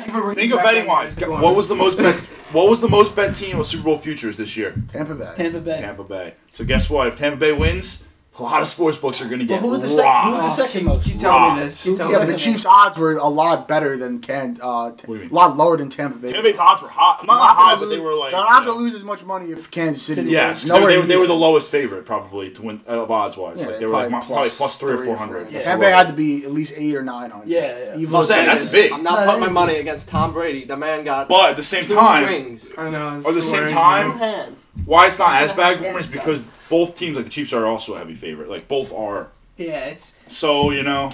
Speaker 4: you for bringing
Speaker 6: think of
Speaker 4: back
Speaker 6: betting
Speaker 4: that
Speaker 6: wise.
Speaker 4: next one.
Speaker 6: What was the most bet? What was the most bet team with Super Bowl futures this year?
Speaker 5: Tampa Bay.
Speaker 7: Tampa Bay.
Speaker 6: Tampa Bay. So guess what? If Tampa Bay wins, a lot of sports books are going to
Speaker 7: Well,
Speaker 6: get
Speaker 7: who was the, sec- who
Speaker 6: robbed.
Speaker 7: was the second most?
Speaker 4: You tell
Speaker 6: Rock.
Speaker 4: me this. You tell
Speaker 5: Yeah,
Speaker 4: me
Speaker 5: but the
Speaker 4: this.
Speaker 5: Chiefs' odds were a lot better than can uh, t-
Speaker 6: do you mean?
Speaker 5: a lot lower than Tampa Bay.
Speaker 6: Tampa Bay's odds were hot. Not, high, but they were like.
Speaker 5: they're not
Speaker 6: you know.
Speaker 5: gonna lose as much money if Kansas City.
Speaker 6: Yes,
Speaker 5: wins.
Speaker 6: they, were- they,
Speaker 5: Nowhere
Speaker 6: were- they were
Speaker 5: near.
Speaker 6: the lowest favorite probably to win uh, of odds wise.
Speaker 5: Yeah,
Speaker 6: like, they were like mi- probably plus three or four hundred.
Speaker 5: Yeah. Tampa Bay had to be at least eight or nine hundred.
Speaker 7: Yeah, yeah.
Speaker 5: Even
Speaker 6: So I'm
Speaker 5: if
Speaker 6: saying
Speaker 5: they-
Speaker 6: that's big.
Speaker 8: I'm not putting my money against Tom Brady. The man got
Speaker 6: But at the same
Speaker 8: two
Speaker 6: time,
Speaker 8: rings.
Speaker 4: I know. it's
Speaker 6: at the same
Speaker 4: hilarious.
Speaker 6: time,
Speaker 8: Two hands.
Speaker 6: why it's not as bag warmer is because both teams, like the Chiefs, are also a heavy favorite. Like both are.
Speaker 7: Yeah, it's
Speaker 6: So you know,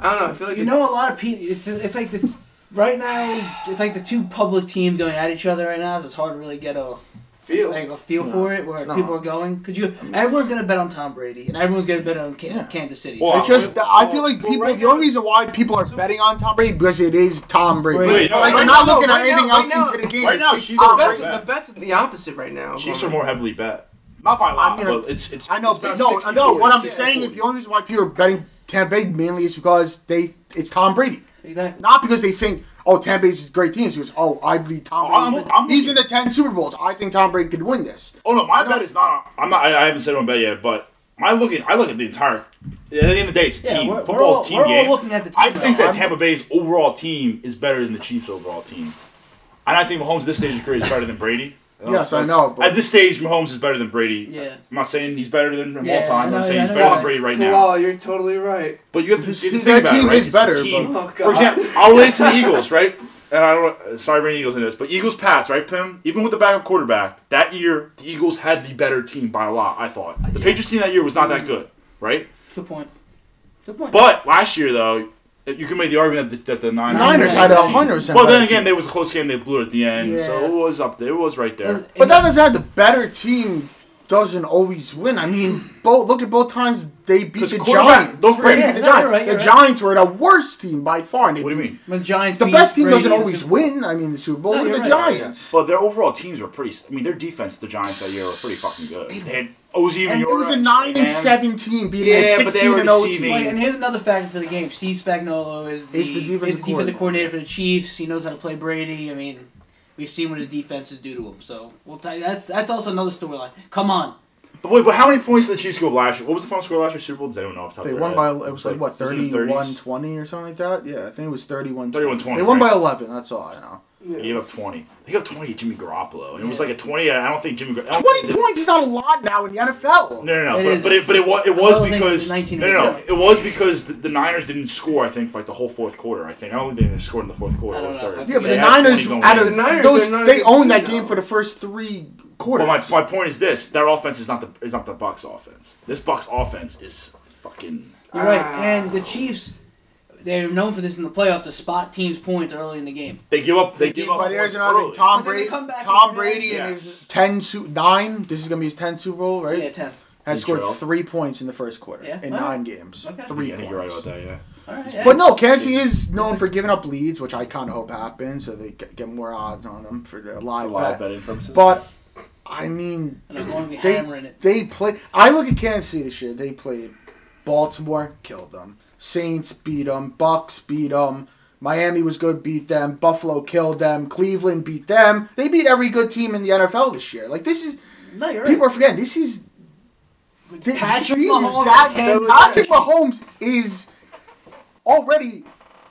Speaker 4: I don't know. I feel like
Speaker 7: you know a lot of people. It's, it's like the right now. It's like the two public teams going at each other right now. So it's hard to really get a
Speaker 4: feel.
Speaker 7: like a feel for it where people are going. Could you? Everyone's gonna bet on Tom Brady, and everyone's gonna bet on Ca- Kansas City.
Speaker 6: Well,
Speaker 5: It's just
Speaker 6: Well,
Speaker 5: I feel like
Speaker 6: well,
Speaker 5: people.
Speaker 6: right
Speaker 5: the only reason why people are betting on Tom Brady because it is Tom Brady.
Speaker 7: Wait,
Speaker 6: wait, no,
Speaker 5: like,
Speaker 6: right
Speaker 5: they're not
Speaker 4: now-
Speaker 5: looking
Speaker 4: right
Speaker 5: at anything
Speaker 4: now-
Speaker 5: else
Speaker 4: right now-
Speaker 5: into the game.
Speaker 6: right now,
Speaker 5: It's
Speaker 6: Chiefs are
Speaker 5: Tom
Speaker 4: the
Speaker 5: Brady.
Speaker 4: bets,
Speaker 6: right
Speaker 4: the
Speaker 6: back.
Speaker 4: bets are the opposite right now.
Speaker 6: Chiefs are more heavily bet. Not by a lot,
Speaker 5: I mean,
Speaker 6: but it's it's.
Speaker 5: I know,
Speaker 6: it's
Speaker 5: but
Speaker 6: about
Speaker 5: no,
Speaker 6: 60,
Speaker 5: no. What I'm
Speaker 6: 40,
Speaker 5: saying is
Speaker 6: 40.
Speaker 5: the only reason why people are betting Tampa Bay mainly is because they it's Tom Brady.
Speaker 7: exactly.
Speaker 5: Not because they think, oh, Tampa Bay's a great team. It's because, oh, I believe Tom
Speaker 6: Oh, I'm-
Speaker 5: Brady.
Speaker 6: I'm-
Speaker 5: He's been to 10 Super Bowls. I think Tom Brady could win this.
Speaker 6: Oh no, my bet is not. I'm not. I, I haven't said my bet yet, but my looking. I look at the entire. At the end of the day, it's a
Speaker 7: Yeah,
Speaker 6: team.
Speaker 7: we're- we're
Speaker 6: Football's
Speaker 7: all-
Speaker 6: team
Speaker 7: we're all
Speaker 6: game.
Speaker 7: looking at the
Speaker 6: I
Speaker 7: team,
Speaker 6: think
Speaker 7: though.
Speaker 6: that Tampa Bay's overall team is better than the Chiefs' overall team, and I think Mahomes at this stage of his career is better than Brady.
Speaker 5: Yes, I
Speaker 6: That's-
Speaker 5: know, but-
Speaker 6: At this stage, Mahomes is better than Brady.
Speaker 7: Yeah.
Speaker 6: I'm not saying he's better than him
Speaker 7: Yeah,
Speaker 6: all time.
Speaker 7: I know,
Speaker 6: I'm saying
Speaker 7: yeah,
Speaker 6: he's
Speaker 7: I know
Speaker 6: better
Speaker 7: that.
Speaker 6: than Brady right now.
Speaker 4: Well, you're totally right.
Speaker 6: But you have to,
Speaker 5: His-
Speaker 6: you have to think
Speaker 5: his- their
Speaker 6: about it,
Speaker 5: team
Speaker 6: right?
Speaker 5: is
Speaker 6: It's the
Speaker 5: better,
Speaker 6: team.
Speaker 4: but- Oh,
Speaker 6: For example, I'll relate to the Eagles, right? And I don't. uh, Sorry, bringing Eagles into this, but Eagles Pats, right, Pim? Even with the backup quarterback, that year the Eagles had the better team by a lot. I thought the Patriots team that year was not that good, right?
Speaker 7: Good point. Good point.
Speaker 6: But last year though, you can make the argument that the, that the Niners,
Speaker 5: Niners
Speaker 7: had a
Speaker 5: 100%
Speaker 6: Well, then
Speaker 5: better
Speaker 6: again,
Speaker 5: team.
Speaker 6: they was a close game. They blew it at the end, so
Speaker 7: Yeah.
Speaker 6: it was up there. It was right there.
Speaker 5: But that doesn't have the better team doesn't always win. I mean, both look at both times they beat
Speaker 6: 'Cause
Speaker 5: the
Speaker 6: quarterback-
Speaker 5: Giants.
Speaker 6: don't forget-
Speaker 5: Brady beat the
Speaker 7: Yeah, no,
Speaker 5: Giants.
Speaker 7: you're right, you're
Speaker 5: the
Speaker 7: right.
Speaker 5: Giants were the worst team by far. and they
Speaker 6: What do you
Speaker 5: beat-
Speaker 6: mean?
Speaker 7: the Giants.
Speaker 5: The
Speaker 7: beat
Speaker 5: best team
Speaker 7: Brady
Speaker 5: doesn't
Speaker 7: in the
Speaker 5: always
Speaker 7: Super Bowl.
Speaker 5: win. I mean, the Super Bowl.
Speaker 7: No,
Speaker 5: Look
Speaker 7: you're
Speaker 5: at the
Speaker 7: right.
Speaker 5: Giants.
Speaker 6: But their overall teams were pretty. I mean, their defense, the Giants that year, were pretty fucking good. They had Ozzie
Speaker 5: And it was a nine and seventeen beating
Speaker 6: Yeah,
Speaker 5: a
Speaker 6: but they
Speaker 5: sixteen
Speaker 6: were
Speaker 5: and 0
Speaker 6: deceiving.
Speaker 5: team.
Speaker 7: Wait, and here's another factor for the game. Steve Spagnuolo is the,
Speaker 5: He's the
Speaker 7: is
Speaker 5: defensive coordinator.
Speaker 7: coordinator for the Chiefs. He knows how to play Brady. I mean, we've seen what his defenses do to him. So we'll tell you that. That's also another storyline. Come on.
Speaker 6: But wait, but how many points did the Chiefs go up last year? What was the final score last year Super Bowl? Does anyone know off the top
Speaker 5: They
Speaker 6: of their
Speaker 5: won
Speaker 6: head?
Speaker 5: by it was like what
Speaker 6: was it in the
Speaker 5: 31
Speaker 6: 30s?
Speaker 5: 20 or something like that. Yeah, I think it was 31
Speaker 6: 31-20,
Speaker 5: They won by
Speaker 6: right?
Speaker 5: 11. That's all I know.
Speaker 6: They gave up twenty. They gave up twenty to Jimmy Garoppolo, and it was like a twenty. I don't think Jimmy. Gar- I don't
Speaker 5: 20
Speaker 6: think they-
Speaker 5: points is not a lot now in the
Speaker 6: No,
Speaker 5: NFL.
Speaker 6: no, no.
Speaker 7: It
Speaker 6: but,
Speaker 7: is.
Speaker 6: but it but it was it was
Speaker 7: Well, I think
Speaker 6: because
Speaker 7: it's
Speaker 6: no,
Speaker 7: 19
Speaker 6: no, no. It was because the, the Niners didn't score. I think for like the whole fourth quarter. I think I don't think they scored in the fourth quarter
Speaker 7: I
Speaker 6: or
Speaker 7: don't know.
Speaker 6: third.
Speaker 5: Yeah, but
Speaker 6: They
Speaker 5: the
Speaker 6: had 20
Speaker 5: Niners
Speaker 6: going
Speaker 5: out
Speaker 6: in.
Speaker 5: of
Speaker 4: The Niners
Speaker 5: those
Speaker 4: are not a
Speaker 5: they
Speaker 4: good
Speaker 5: owned
Speaker 4: team,
Speaker 5: that
Speaker 4: though.
Speaker 5: game for the first three quarters.
Speaker 6: But my, my point is this: their offense is not the is not the Bucks offense. This Bucks offense is fucking.
Speaker 7: You're right. And the Chiefs, they're known for this in the playoffs to spot teams points early in the game.
Speaker 6: They give up. They, give up.
Speaker 5: but
Speaker 6: points
Speaker 5: here's another thing.
Speaker 6: early.
Speaker 5: Tom
Speaker 7: But then they
Speaker 5: Brady,
Speaker 7: come back
Speaker 5: Tom
Speaker 7: and-
Speaker 5: Brady in
Speaker 6: Yes.
Speaker 5: his 10 su- 9, this is going to be his 10 Super Bowl, right?
Speaker 7: Yeah, 10.
Speaker 5: Has
Speaker 6: Good
Speaker 5: scored
Speaker 6: job.
Speaker 5: 3 points in the first quarter
Speaker 7: Yeah.
Speaker 5: in
Speaker 7: All right.
Speaker 5: 9 games.
Speaker 7: Okay.
Speaker 5: 3
Speaker 6: Yeah, I
Speaker 5: points.
Speaker 6: think you're right about that. Yeah.
Speaker 7: All right. yeah.
Speaker 5: But no, Kansas is known for giving up leads, which I kind of hope happens, so they get get more odds on them for their live,
Speaker 6: For live
Speaker 5: bet.
Speaker 6: betting purposes.
Speaker 5: But I mean,
Speaker 7: And I'm going to be hammering
Speaker 5: they
Speaker 7: it.
Speaker 5: they play. I look at Kansas City this year. They played Baltimore, killed them. Saints beat them. Bucks beat them. Miami was good, beat them. Buffalo killed them. Cleveland beat them. They beat every good team in the NFL this year. Like this is
Speaker 7: No, you're
Speaker 5: people
Speaker 7: right.
Speaker 5: are forgetting. This is this
Speaker 7: Patrick
Speaker 5: team is
Speaker 7: Mahomes
Speaker 5: that-
Speaker 7: and
Speaker 5: Patrick Mahomes is already.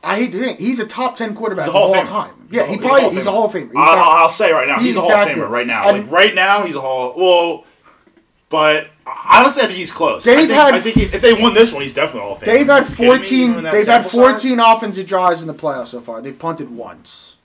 Speaker 5: I hate to think he's a top ten quarterback
Speaker 6: He's a
Speaker 5: of all
Speaker 6: Hall of Famer.
Speaker 5: time. Yeah, he
Speaker 6: He's a
Speaker 5: probably
Speaker 6: Hall of
Speaker 5: he's a
Speaker 6: Famer.
Speaker 5: Hall of Famer. He's
Speaker 6: I'll,
Speaker 5: that-
Speaker 6: I'll say right now, he's,
Speaker 5: he's
Speaker 6: a Hall of Famer
Speaker 5: that good.
Speaker 6: right now.
Speaker 5: And-
Speaker 6: like right now, he's a Hall. Well, but honestly, I think he's close. I
Speaker 5: They've
Speaker 6: think,
Speaker 5: had-
Speaker 6: I think if they won this one, he's definitely a Hall of Famer.
Speaker 5: They've
Speaker 6: Are
Speaker 5: had
Speaker 6: you kidding me?
Speaker 5: fourteen.
Speaker 6: Even that
Speaker 5: They've had
Speaker 6: sample size?
Speaker 5: fourteen offensive drives in the playoffs so far. They've punted once.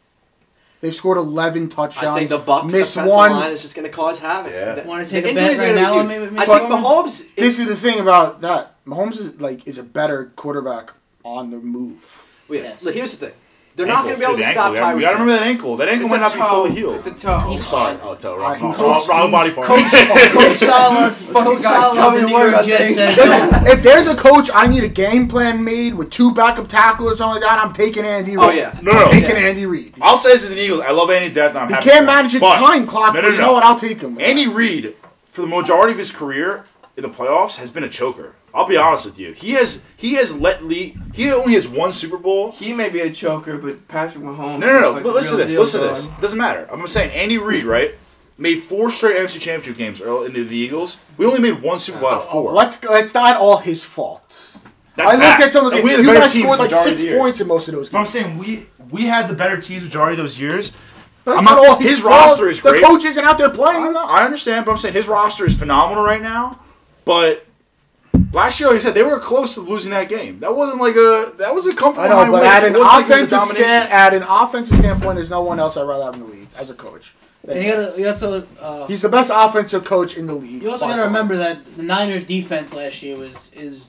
Speaker 5: They've scored eleven touchdowns.
Speaker 8: I think the Bucks
Speaker 5: missed
Speaker 8: defensive
Speaker 5: one.
Speaker 8: line is just going to cause havoc.
Speaker 6: Yeah.
Speaker 8: The-
Speaker 7: Want to
Speaker 8: the
Speaker 7: take a bet
Speaker 8: injuries
Speaker 7: right
Speaker 8: are gonna
Speaker 7: now
Speaker 8: be
Speaker 7: on me
Speaker 8: huge.
Speaker 7: with me?
Speaker 8: I think Mahomes.
Speaker 5: This is the thing about that. Mahomes is like is a better quarterback on the move.
Speaker 8: Wait,
Speaker 7: Yes.
Speaker 8: look, here's the thing. They're not going to be able to stop
Speaker 6: Tyreek.
Speaker 8: Tyreek.
Speaker 6: We gotta remember that ankle. That ankle
Speaker 4: It's
Speaker 6: might
Speaker 4: a
Speaker 6: not be
Speaker 4: toe.
Speaker 6: fully healed.
Speaker 4: It's a
Speaker 6: Oh,
Speaker 4: toe.
Speaker 6: sorry. Oh, toe. Wrong,
Speaker 5: Alright, he's-
Speaker 6: wrong, wrong body part.
Speaker 3: Coach Salas, Coach
Speaker 4: guys,
Speaker 3: Salas,
Speaker 4: tell
Speaker 3: of
Speaker 4: me
Speaker 3: the New
Speaker 4: more
Speaker 3: York
Speaker 4: about
Speaker 3: Jets
Speaker 4: this.
Speaker 3: said,
Speaker 5: Listen, if there's a coach, I need a game plan made with two backup tackles or something like that. I'm taking Andy. Reid.
Speaker 8: Oh, yeah.
Speaker 6: No, no, no.
Speaker 5: I'm taking Andy Reid.
Speaker 6: I'll say this as an Eagles. I love Andy Death. And I'm
Speaker 5: He
Speaker 6: happy
Speaker 5: can't
Speaker 6: for him.
Speaker 5: manage a
Speaker 6: But-
Speaker 5: time clock.
Speaker 6: No,
Speaker 5: but
Speaker 6: no, no.
Speaker 5: You know what? I'll take him.
Speaker 6: Andy Reid, for the majority of his career in the playoffs, has been a choker. I'll be honest with you. He has he has let Lee. He only has one Super Bowl.
Speaker 4: He may be a choker, but Patrick
Speaker 6: No, no,
Speaker 4: Mahomes.
Speaker 6: no.
Speaker 4: is like
Speaker 6: but
Speaker 4: the
Speaker 6: listen to
Speaker 4: real
Speaker 6: this.
Speaker 4: deal,
Speaker 6: Listen to
Speaker 4: dog.
Speaker 6: this. Doesn't matter. I'm saying Andy Reid, right? Made four straight NFC Championship games early into the Eagles. We only made one Super Bowl out of four.
Speaker 5: Let's. It's not all his fault.
Speaker 6: That's
Speaker 5: I
Speaker 6: bad.
Speaker 5: look at some of those
Speaker 6: And we had
Speaker 5: games.
Speaker 6: the
Speaker 5: You
Speaker 6: better
Speaker 5: guys
Speaker 6: teams
Speaker 5: scored like
Speaker 6: majority of
Speaker 5: six
Speaker 6: the years.
Speaker 5: points in most of those
Speaker 6: But I'm
Speaker 5: games.
Speaker 6: saying we we had the better teams majority of those years.
Speaker 5: But
Speaker 6: I'm
Speaker 5: it's
Speaker 6: not-
Speaker 5: not all his,
Speaker 6: his
Speaker 5: fault.
Speaker 6: roster is great.
Speaker 5: The coach isn't out there
Speaker 6: I
Speaker 5: playing.
Speaker 6: know, I understand, but I'm saying his roster is phenomenal right now. But last year, like I said, they were close to losing that game. That wasn't like a that was a comfortable.
Speaker 5: I know,
Speaker 6: high
Speaker 5: but
Speaker 6: win.
Speaker 5: at
Speaker 6: It
Speaker 5: an
Speaker 6: wasn't like it was a
Speaker 5: offensive
Speaker 6: domination.
Speaker 5: stand, at an offensive standpoint, there's no one else I'd rather have in the league as a coach.
Speaker 7: And you gotta, you also, uh,
Speaker 5: He's the best offensive coach in the league.
Speaker 7: you also
Speaker 5: by
Speaker 7: gotta
Speaker 5: far.
Speaker 7: remember that the Niners defense last year was is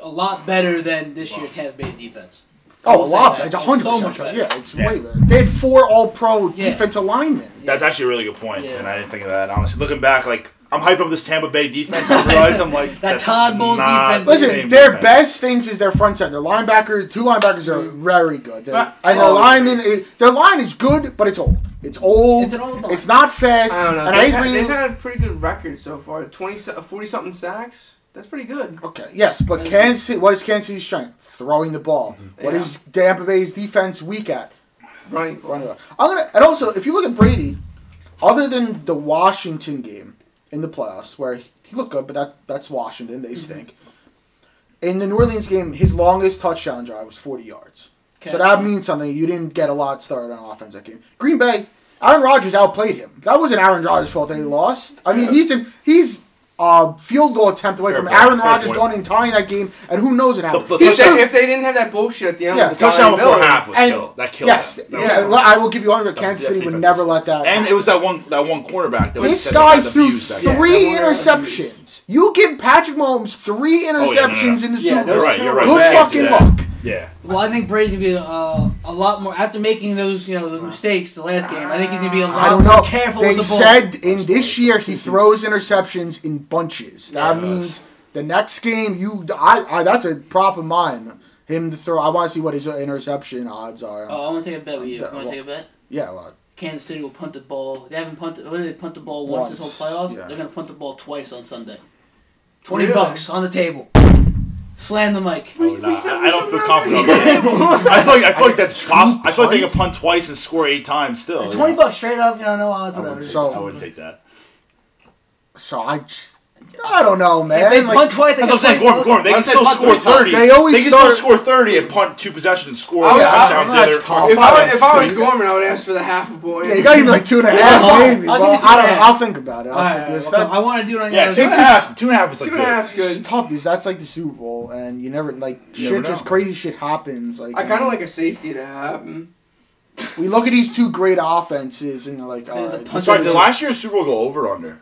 Speaker 7: a lot better than this year's Tampa Bay's defense. I
Speaker 5: Oh, a
Speaker 7: will say
Speaker 5: lot.
Speaker 7: that.
Speaker 5: It's hundred
Speaker 7: So
Speaker 5: percent.
Speaker 7: much better.
Speaker 5: Yeah, it's
Speaker 6: Yeah.
Speaker 5: way better. They had four All-Pro
Speaker 7: Yeah.
Speaker 5: defensive linemen.
Speaker 6: That's actually a really good point,
Speaker 7: Yeah.
Speaker 6: and I didn't think of that honestly. Looking back, like I'm hyped up this Tampa Bay defense. I realize I'm like
Speaker 7: That
Speaker 6: that's
Speaker 7: Todd Bowles
Speaker 6: not
Speaker 7: defense.
Speaker 6: the
Speaker 5: Listen,
Speaker 6: same
Speaker 5: their
Speaker 6: defense.
Speaker 5: best things is their front end. Their linebackers, two linebackers are very good. They're-
Speaker 4: But-
Speaker 5: and their
Speaker 4: oh.
Speaker 5: linemen, it- their line is good, but it's old. It's old.
Speaker 7: It's an old line.
Speaker 5: It's not fast.
Speaker 4: I don't know.
Speaker 5: And I
Speaker 4: they've, had,
Speaker 5: agree.
Speaker 4: they've had a pretty good record so far. 20, se- 40 something sacks. That's pretty good.
Speaker 5: Okay, yes, but Kansas City, what is Kansas City's strength? Throwing the ball. What
Speaker 4: Yeah.
Speaker 5: is Tampa Bay's defense weak at?
Speaker 4: Right.
Speaker 5: Running the ball. I'm gonna, and also, if you look at Brady, other than the Washington game in the playoffs, where he he looked good, but that that's Washington, they stink. In the New Orleans game, his longest touchdown drive was 40 yards. So
Speaker 7: Okay.
Speaker 5: that means something. You didn't get a lot started on offense that game. Green Bay, Aaron Rodgers outplayed him. That wasn't Aaron Rodgers' fault that he lost. I mean, he's in, he's a field goal attempt away
Speaker 6: Fair
Speaker 5: from
Speaker 6: point,
Speaker 5: Aaron
Speaker 6: fair
Speaker 5: Rodgers
Speaker 6: point.
Speaker 5: going and tying that game, and who knows what happened.
Speaker 6: the
Speaker 5: He
Speaker 4: If they,
Speaker 6: touchdown-
Speaker 5: should've-
Speaker 4: if they didn't have that bullshit at the end,
Speaker 5: Yeah,
Speaker 4: with
Speaker 6: touchdown
Speaker 4: Dion
Speaker 6: before
Speaker 4: Miller,
Speaker 6: half was
Speaker 5: and-
Speaker 6: killed. That killed.
Speaker 5: Yes,
Speaker 6: them. That was
Speaker 5: yeah,
Speaker 6: killed.
Speaker 5: I will give you 100. Kansas
Speaker 6: that's
Speaker 5: City would
Speaker 6: defensive.
Speaker 5: never let that.
Speaker 6: and it was that one that one cornerback that we
Speaker 5: this
Speaker 6: said
Speaker 5: guy
Speaker 6: that got
Speaker 5: threw
Speaker 6: abused that game.
Speaker 5: three
Speaker 4: Yeah, that one got
Speaker 5: interceptions. You give Patrick Mahomes three
Speaker 6: Oh, no, no, no.
Speaker 5: interceptions in the
Speaker 8: Yeah,
Speaker 5: Super Bowl.
Speaker 8: those
Speaker 6: You're right. You're right.
Speaker 5: Good
Speaker 6: Back to
Speaker 5: fucking
Speaker 6: that.
Speaker 5: luck.
Speaker 6: Yeah.
Speaker 7: Well, I think Brady's gonna be uh, a lot more after making those you know the mistakes the last game. I think he's gonna be a lot
Speaker 5: I don't know.
Speaker 7: more careful
Speaker 5: Um, They
Speaker 7: with the ball.
Speaker 5: said in this year he throws interceptions in bunches. That
Speaker 6: Yeah,
Speaker 5: means the next game you I, I that's a prop of mine. Him to throw. I want to see what his interception odds are.
Speaker 7: oh, I want to take a bet with you. You want to take a bet?
Speaker 5: yeah, well,
Speaker 7: Kansas City will punt the ball. They haven't punted. What did they punt the ball once, this whole
Speaker 5: Once,
Speaker 7: playoff?
Speaker 5: yeah.
Speaker 7: They're gonna punt the ball twice on Sunday. Twenty
Speaker 4: Really?
Speaker 7: bucks on the table. Slam the mic.
Speaker 6: Oh, nah, I I don't feel confident. about that. I feel like I feel like that's possible. I feel like they can
Speaker 5: punts?
Speaker 6: punt twice and score eight times still. you
Speaker 7: Twenty
Speaker 6: know?
Speaker 7: bucks straight up. You know, no odds, whatever.
Speaker 5: so-
Speaker 6: I wouldn't take that.
Speaker 5: so I just I don't know, man.
Speaker 7: if they
Speaker 5: Like,
Speaker 7: punt twice, they
Speaker 6: That's what I'm saying.
Speaker 7: can
Speaker 6: Gorm,
Speaker 7: punt
Speaker 6: Gorm, they
Speaker 8: I
Speaker 6: can
Speaker 8: said
Speaker 6: still
Speaker 8: punt
Speaker 6: score
Speaker 8: three times.
Speaker 6: thirty.
Speaker 5: They always
Speaker 6: can still
Speaker 5: start- Oh,
Speaker 6: score thirty and punt two possessions and score
Speaker 4: I was-
Speaker 6: touchdowns.
Speaker 5: I-
Speaker 6: the other
Speaker 5: that's tough.
Speaker 6: five
Speaker 4: If I, were- if I was
Speaker 6: sets.
Speaker 4: Gorman, I would ask for the half a point.
Speaker 5: Yeah, you gotta give me like two and a half,
Speaker 7: I'll-
Speaker 5: maybe.
Speaker 7: I'll
Speaker 5: Well,
Speaker 7: give you two
Speaker 5: I
Speaker 7: and a
Speaker 5: don't know.
Speaker 7: half.
Speaker 5: I'll think about it. I'll
Speaker 7: All right, all
Speaker 5: think about
Speaker 7: right,
Speaker 5: it.
Speaker 7: well, I want to do it on the
Speaker 6: yeah,
Speaker 7: other
Speaker 6: two and a
Speaker 5: It's
Speaker 6: half. Two and a half is like
Speaker 4: Two and a
Speaker 6: good.
Speaker 4: half's
Speaker 5: It's
Speaker 4: good.
Speaker 5: tough because that's like the Super Bowl, and you never like
Speaker 6: You
Speaker 5: shit.
Speaker 6: never
Speaker 5: Just
Speaker 6: know.
Speaker 5: crazy shit happens. Like
Speaker 4: I kind
Speaker 5: you
Speaker 4: of
Speaker 5: know,
Speaker 4: like a safety to mm, happen.
Speaker 5: we look at these two great offenses, and you're like, uh, all
Speaker 7: the
Speaker 5: right,
Speaker 7: punter-
Speaker 6: Sorry, did last year's Super Bowl go over or under?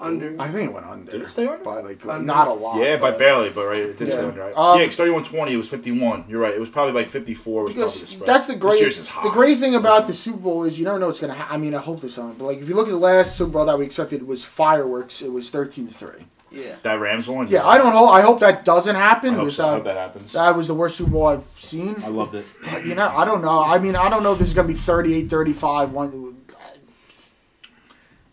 Speaker 4: Under.
Speaker 5: I think it went under.
Speaker 6: Did it stay under?
Speaker 5: by like
Speaker 4: Under.
Speaker 5: not a lot?
Speaker 6: Yeah, by
Speaker 5: but-
Speaker 6: barely, but right, it did
Speaker 5: Yeah.
Speaker 6: stay under. Right?
Speaker 5: Um,
Speaker 6: yeah, it started one twenty. It was fifty-one. You're right. It was probably like fifty-four. Was probably the
Speaker 5: Because
Speaker 6: spread.
Speaker 5: that's the
Speaker 6: This
Speaker 5: great.
Speaker 6: year's is hot.
Speaker 5: The great thing about the Super Bowl is you never know what's gonna. Ha- I mean, I hope this on, but like if you look at the last Super Bowl that we expected was fireworks. It was thirteen to three.
Speaker 7: Yeah.
Speaker 6: that Rams one.
Speaker 5: Yeah, I don't know. I hope that doesn't
Speaker 6: I
Speaker 5: happen.
Speaker 6: hope
Speaker 5: because
Speaker 6: so. I hope
Speaker 5: that,
Speaker 6: that happens.
Speaker 5: that was the worst Super Bowl I've seen.
Speaker 6: I loved it.
Speaker 5: But, you know, I don't know. I mean, I don't know if this is gonna be 38, 35, one.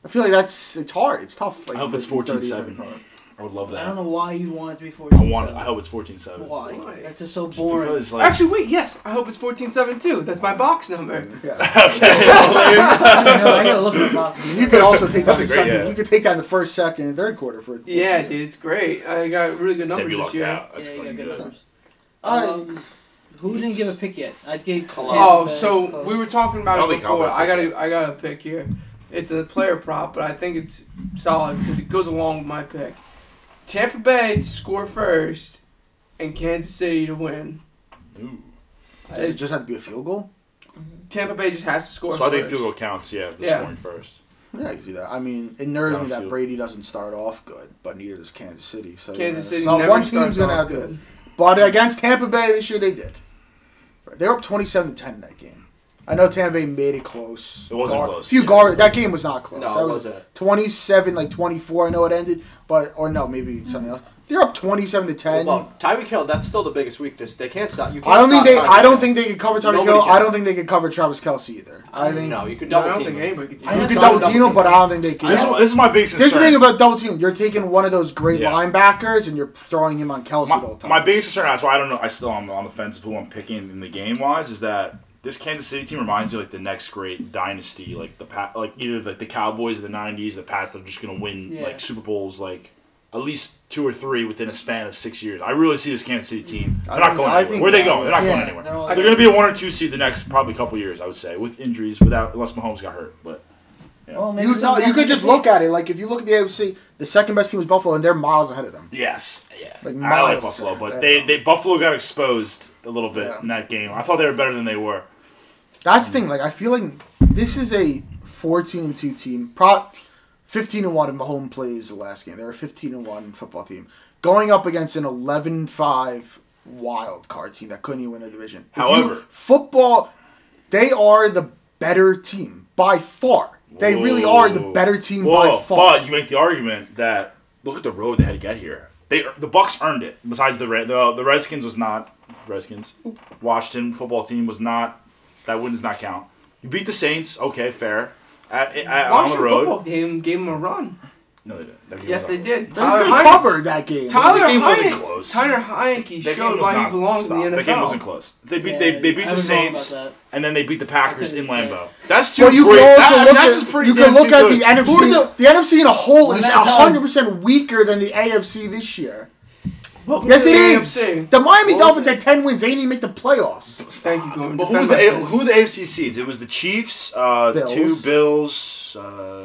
Speaker 5: I feel like that's it's hard. It's tough. Like,
Speaker 6: I hope it's
Speaker 5: 14
Speaker 6: 14-7. I would love
Speaker 7: I
Speaker 6: that.
Speaker 7: don't know why you want it to be four.
Speaker 6: I want. I hope it's 14-7.
Speaker 7: Why? That's just so boring.
Speaker 6: Because like
Speaker 4: Actually, wait, yes. I hope it's 14-7 too. That's my box number.
Speaker 5: Yeah.
Speaker 7: I don't know, I gotta look at the box.
Speaker 5: You could also take down
Speaker 6: That's
Speaker 5: the
Speaker 6: a great-
Speaker 5: second.
Speaker 6: yeah.
Speaker 5: You could take down the first, second, and third quarter for.
Speaker 4: Yeah, dude, it's great. I got really good
Speaker 6: They'd
Speaker 4: numbers
Speaker 6: be
Speaker 4: this
Speaker 6: locked
Speaker 4: year.
Speaker 6: out. That's
Speaker 7: yeah, you
Speaker 6: fucking
Speaker 7: got good
Speaker 6: good.
Speaker 7: numbers.
Speaker 5: Uh,
Speaker 7: Um, who didn't give a pick yet? I gave. Tampa
Speaker 4: Oh,
Speaker 7: Bay.
Speaker 4: so we were talking
Speaker 6: I
Speaker 4: about
Speaker 6: don't
Speaker 4: it
Speaker 6: think I'll
Speaker 4: before.
Speaker 6: pick
Speaker 4: I got to I got a pick here. It's a player prop, but I think it's solid because it goes along with my pick. Tampa Bay to score first, and Kansas City to win.
Speaker 6: Ooh.
Speaker 5: Does it just have to be a field goal?
Speaker 4: Tampa Bay just has to score.
Speaker 6: So I think
Speaker 4: first.
Speaker 6: field goal counts. Yeah, the
Speaker 4: Yeah.
Speaker 6: scoring first.
Speaker 5: Yeah, you can do that. I mean, it nerves me that
Speaker 6: Downfield.
Speaker 5: Brady doesn't start off good, but neither does Kansas City. So
Speaker 4: Kansas
Speaker 5: yeah,
Speaker 4: City
Speaker 5: so
Speaker 4: never
Speaker 5: one
Speaker 4: starts
Speaker 5: team's gonna
Speaker 4: off
Speaker 5: have to.
Speaker 4: good.
Speaker 5: But against Tampa Bay this year, they did. They were up twenty-seven to ten in that game. I know Tampa Bay made it close.
Speaker 6: It wasn't
Speaker 5: Gar-
Speaker 6: close,
Speaker 5: Few
Speaker 6: yeah.
Speaker 5: guard that game was not close.
Speaker 8: No,
Speaker 5: that
Speaker 8: it
Speaker 5: was
Speaker 8: wasn't.
Speaker 5: twenty-seven, like twenty-four. I know it ended, but or no, maybe something else. They're up twenty-seven to ten.
Speaker 8: Well, Tyreek Hill, that's still the biggest weakness. They can't stop. You can't
Speaker 5: I don't think
Speaker 8: stop
Speaker 5: they.
Speaker 8: Tyreek
Speaker 5: I don't
Speaker 8: Hill.
Speaker 5: think they could cover Tyreek
Speaker 8: Nobody
Speaker 5: Hill.
Speaker 8: can.
Speaker 5: I don't think they could cover Travis Kelsey either. I think
Speaker 8: No, you could
Speaker 4: No,
Speaker 8: double
Speaker 4: I don't
Speaker 8: team
Speaker 4: think
Speaker 8: him.
Speaker 4: anybody could. do
Speaker 5: you
Speaker 4: that.
Speaker 5: could double team him, but I don't think they
Speaker 6: This,
Speaker 5: can.
Speaker 6: this is my biggest
Speaker 5: Here's the
Speaker 6: concern.
Speaker 5: thing about double teaming. You're taking one of those great
Speaker 6: Yeah.
Speaker 5: linebackers and you're throwing him on Kelsey the whole
Speaker 6: my,
Speaker 5: time.
Speaker 6: my biggest concern, that's why I don't know. I still am on the fence of who I'm picking in the game wise. Is that this Kansas City team reminds me like the next great dynasty, like the pa- like either like the Cowboys of the '90s, the past that are just gonna win
Speaker 4: Yeah.
Speaker 6: like Super Bowls, like at least two or three within a span of six years. I really see this Kansas City team. They're not
Speaker 5: think-
Speaker 6: going
Speaker 5: Mm-hmm. I
Speaker 6: anywhere.
Speaker 5: think-
Speaker 6: Where are they going? They're not
Speaker 7: Yeah,
Speaker 6: going anywhere.
Speaker 7: they're
Speaker 6: They're,
Speaker 7: all-
Speaker 6: gonna be a one or two seed the next probably couple years, I would say, with injuries, without unless Mahomes got hurt. But
Speaker 7: Well, Oh, maybe
Speaker 5: you, no,
Speaker 7: somebody
Speaker 5: you
Speaker 7: has
Speaker 5: could
Speaker 7: to
Speaker 5: just
Speaker 7: compete.
Speaker 5: look at it. Like if you look at the AFC, the second best team is Buffalo, and they're miles ahead of them.
Speaker 6: yes, yeah.
Speaker 5: Like
Speaker 6: I like
Speaker 5: miles.
Speaker 6: Buffalo,
Speaker 5: Yeah.
Speaker 6: but they, they Buffalo got exposed a little bit
Speaker 5: Yeah.
Speaker 6: in that game. I thought they were better than they were.
Speaker 5: That's the thing. Like I feel like this is a fourteen and two team. Pro fifteen and one if Mahomes plays the last game. They're a fifteen and one football team going up against an 11-5 wild card team that couldn't even win the division. If you-
Speaker 6: However-
Speaker 5: football, they are the better team by far. They really are the
Speaker 6: Whoa.
Speaker 5: better team
Speaker 6: Whoa,
Speaker 5: by far.
Speaker 6: But you make the argument that look at the road they had to get here. They the Bucks earned it. Besides the Red, the, the Redskins was not Redskins. Washington football team was not. That win does not count. You beat the Saints. Okay, fair. At, at, on the
Speaker 4: Washington
Speaker 6: road.
Speaker 4: football game gave him a run.
Speaker 6: No, they didn't. That game was
Speaker 4: Yes, they
Speaker 6: over.
Speaker 4: did.
Speaker 5: They
Speaker 4: Tyler
Speaker 5: couldn't
Speaker 4: Heinicke-
Speaker 5: cover that game.
Speaker 4: Tyler
Speaker 6: The game wasn't
Speaker 4: Heinicke-
Speaker 6: close.
Speaker 4: Tyler Heineke
Speaker 6: That game
Speaker 4: showed
Speaker 6: was
Speaker 4: why
Speaker 6: not-
Speaker 4: he belongs
Speaker 6: stop.
Speaker 4: in the NFL.
Speaker 6: That game wasn't close. They beat they,
Speaker 7: Yeah,
Speaker 6: they beat
Speaker 7: I
Speaker 6: the
Speaker 7: was wrong about
Speaker 6: Saints
Speaker 7: that.
Speaker 6: and then they beat the Packers in
Speaker 7: That's a-
Speaker 6: Lambeau. That's too
Speaker 5: Well, you
Speaker 6: great.
Speaker 5: can also
Speaker 6: That-
Speaker 5: look
Speaker 6: that's
Speaker 5: at,
Speaker 6: just pretty
Speaker 5: you
Speaker 6: damn
Speaker 5: can look
Speaker 6: too
Speaker 5: at
Speaker 6: good.
Speaker 5: the NFC. The, NFC in a whole
Speaker 7: Well,
Speaker 5: is
Speaker 7: that's how-
Speaker 5: hundred percent weaker than the AFC this year.
Speaker 4: Welcome
Speaker 5: Yes,
Speaker 4: to
Speaker 5: it
Speaker 4: the
Speaker 5: is.
Speaker 4: AFC.
Speaker 5: The Miami
Speaker 4: What was
Speaker 5: Dolphins
Speaker 4: it?
Speaker 5: had ten wins. They didn't even make the playoffs.
Speaker 4: Thank you, Gorman.
Speaker 6: But who was
Speaker 4: Defend
Speaker 6: the A-
Speaker 4: myself.
Speaker 6: who were the AFC seeds? It was the Chiefs, uh,
Speaker 5: Bills.
Speaker 6: two Bills. Uh,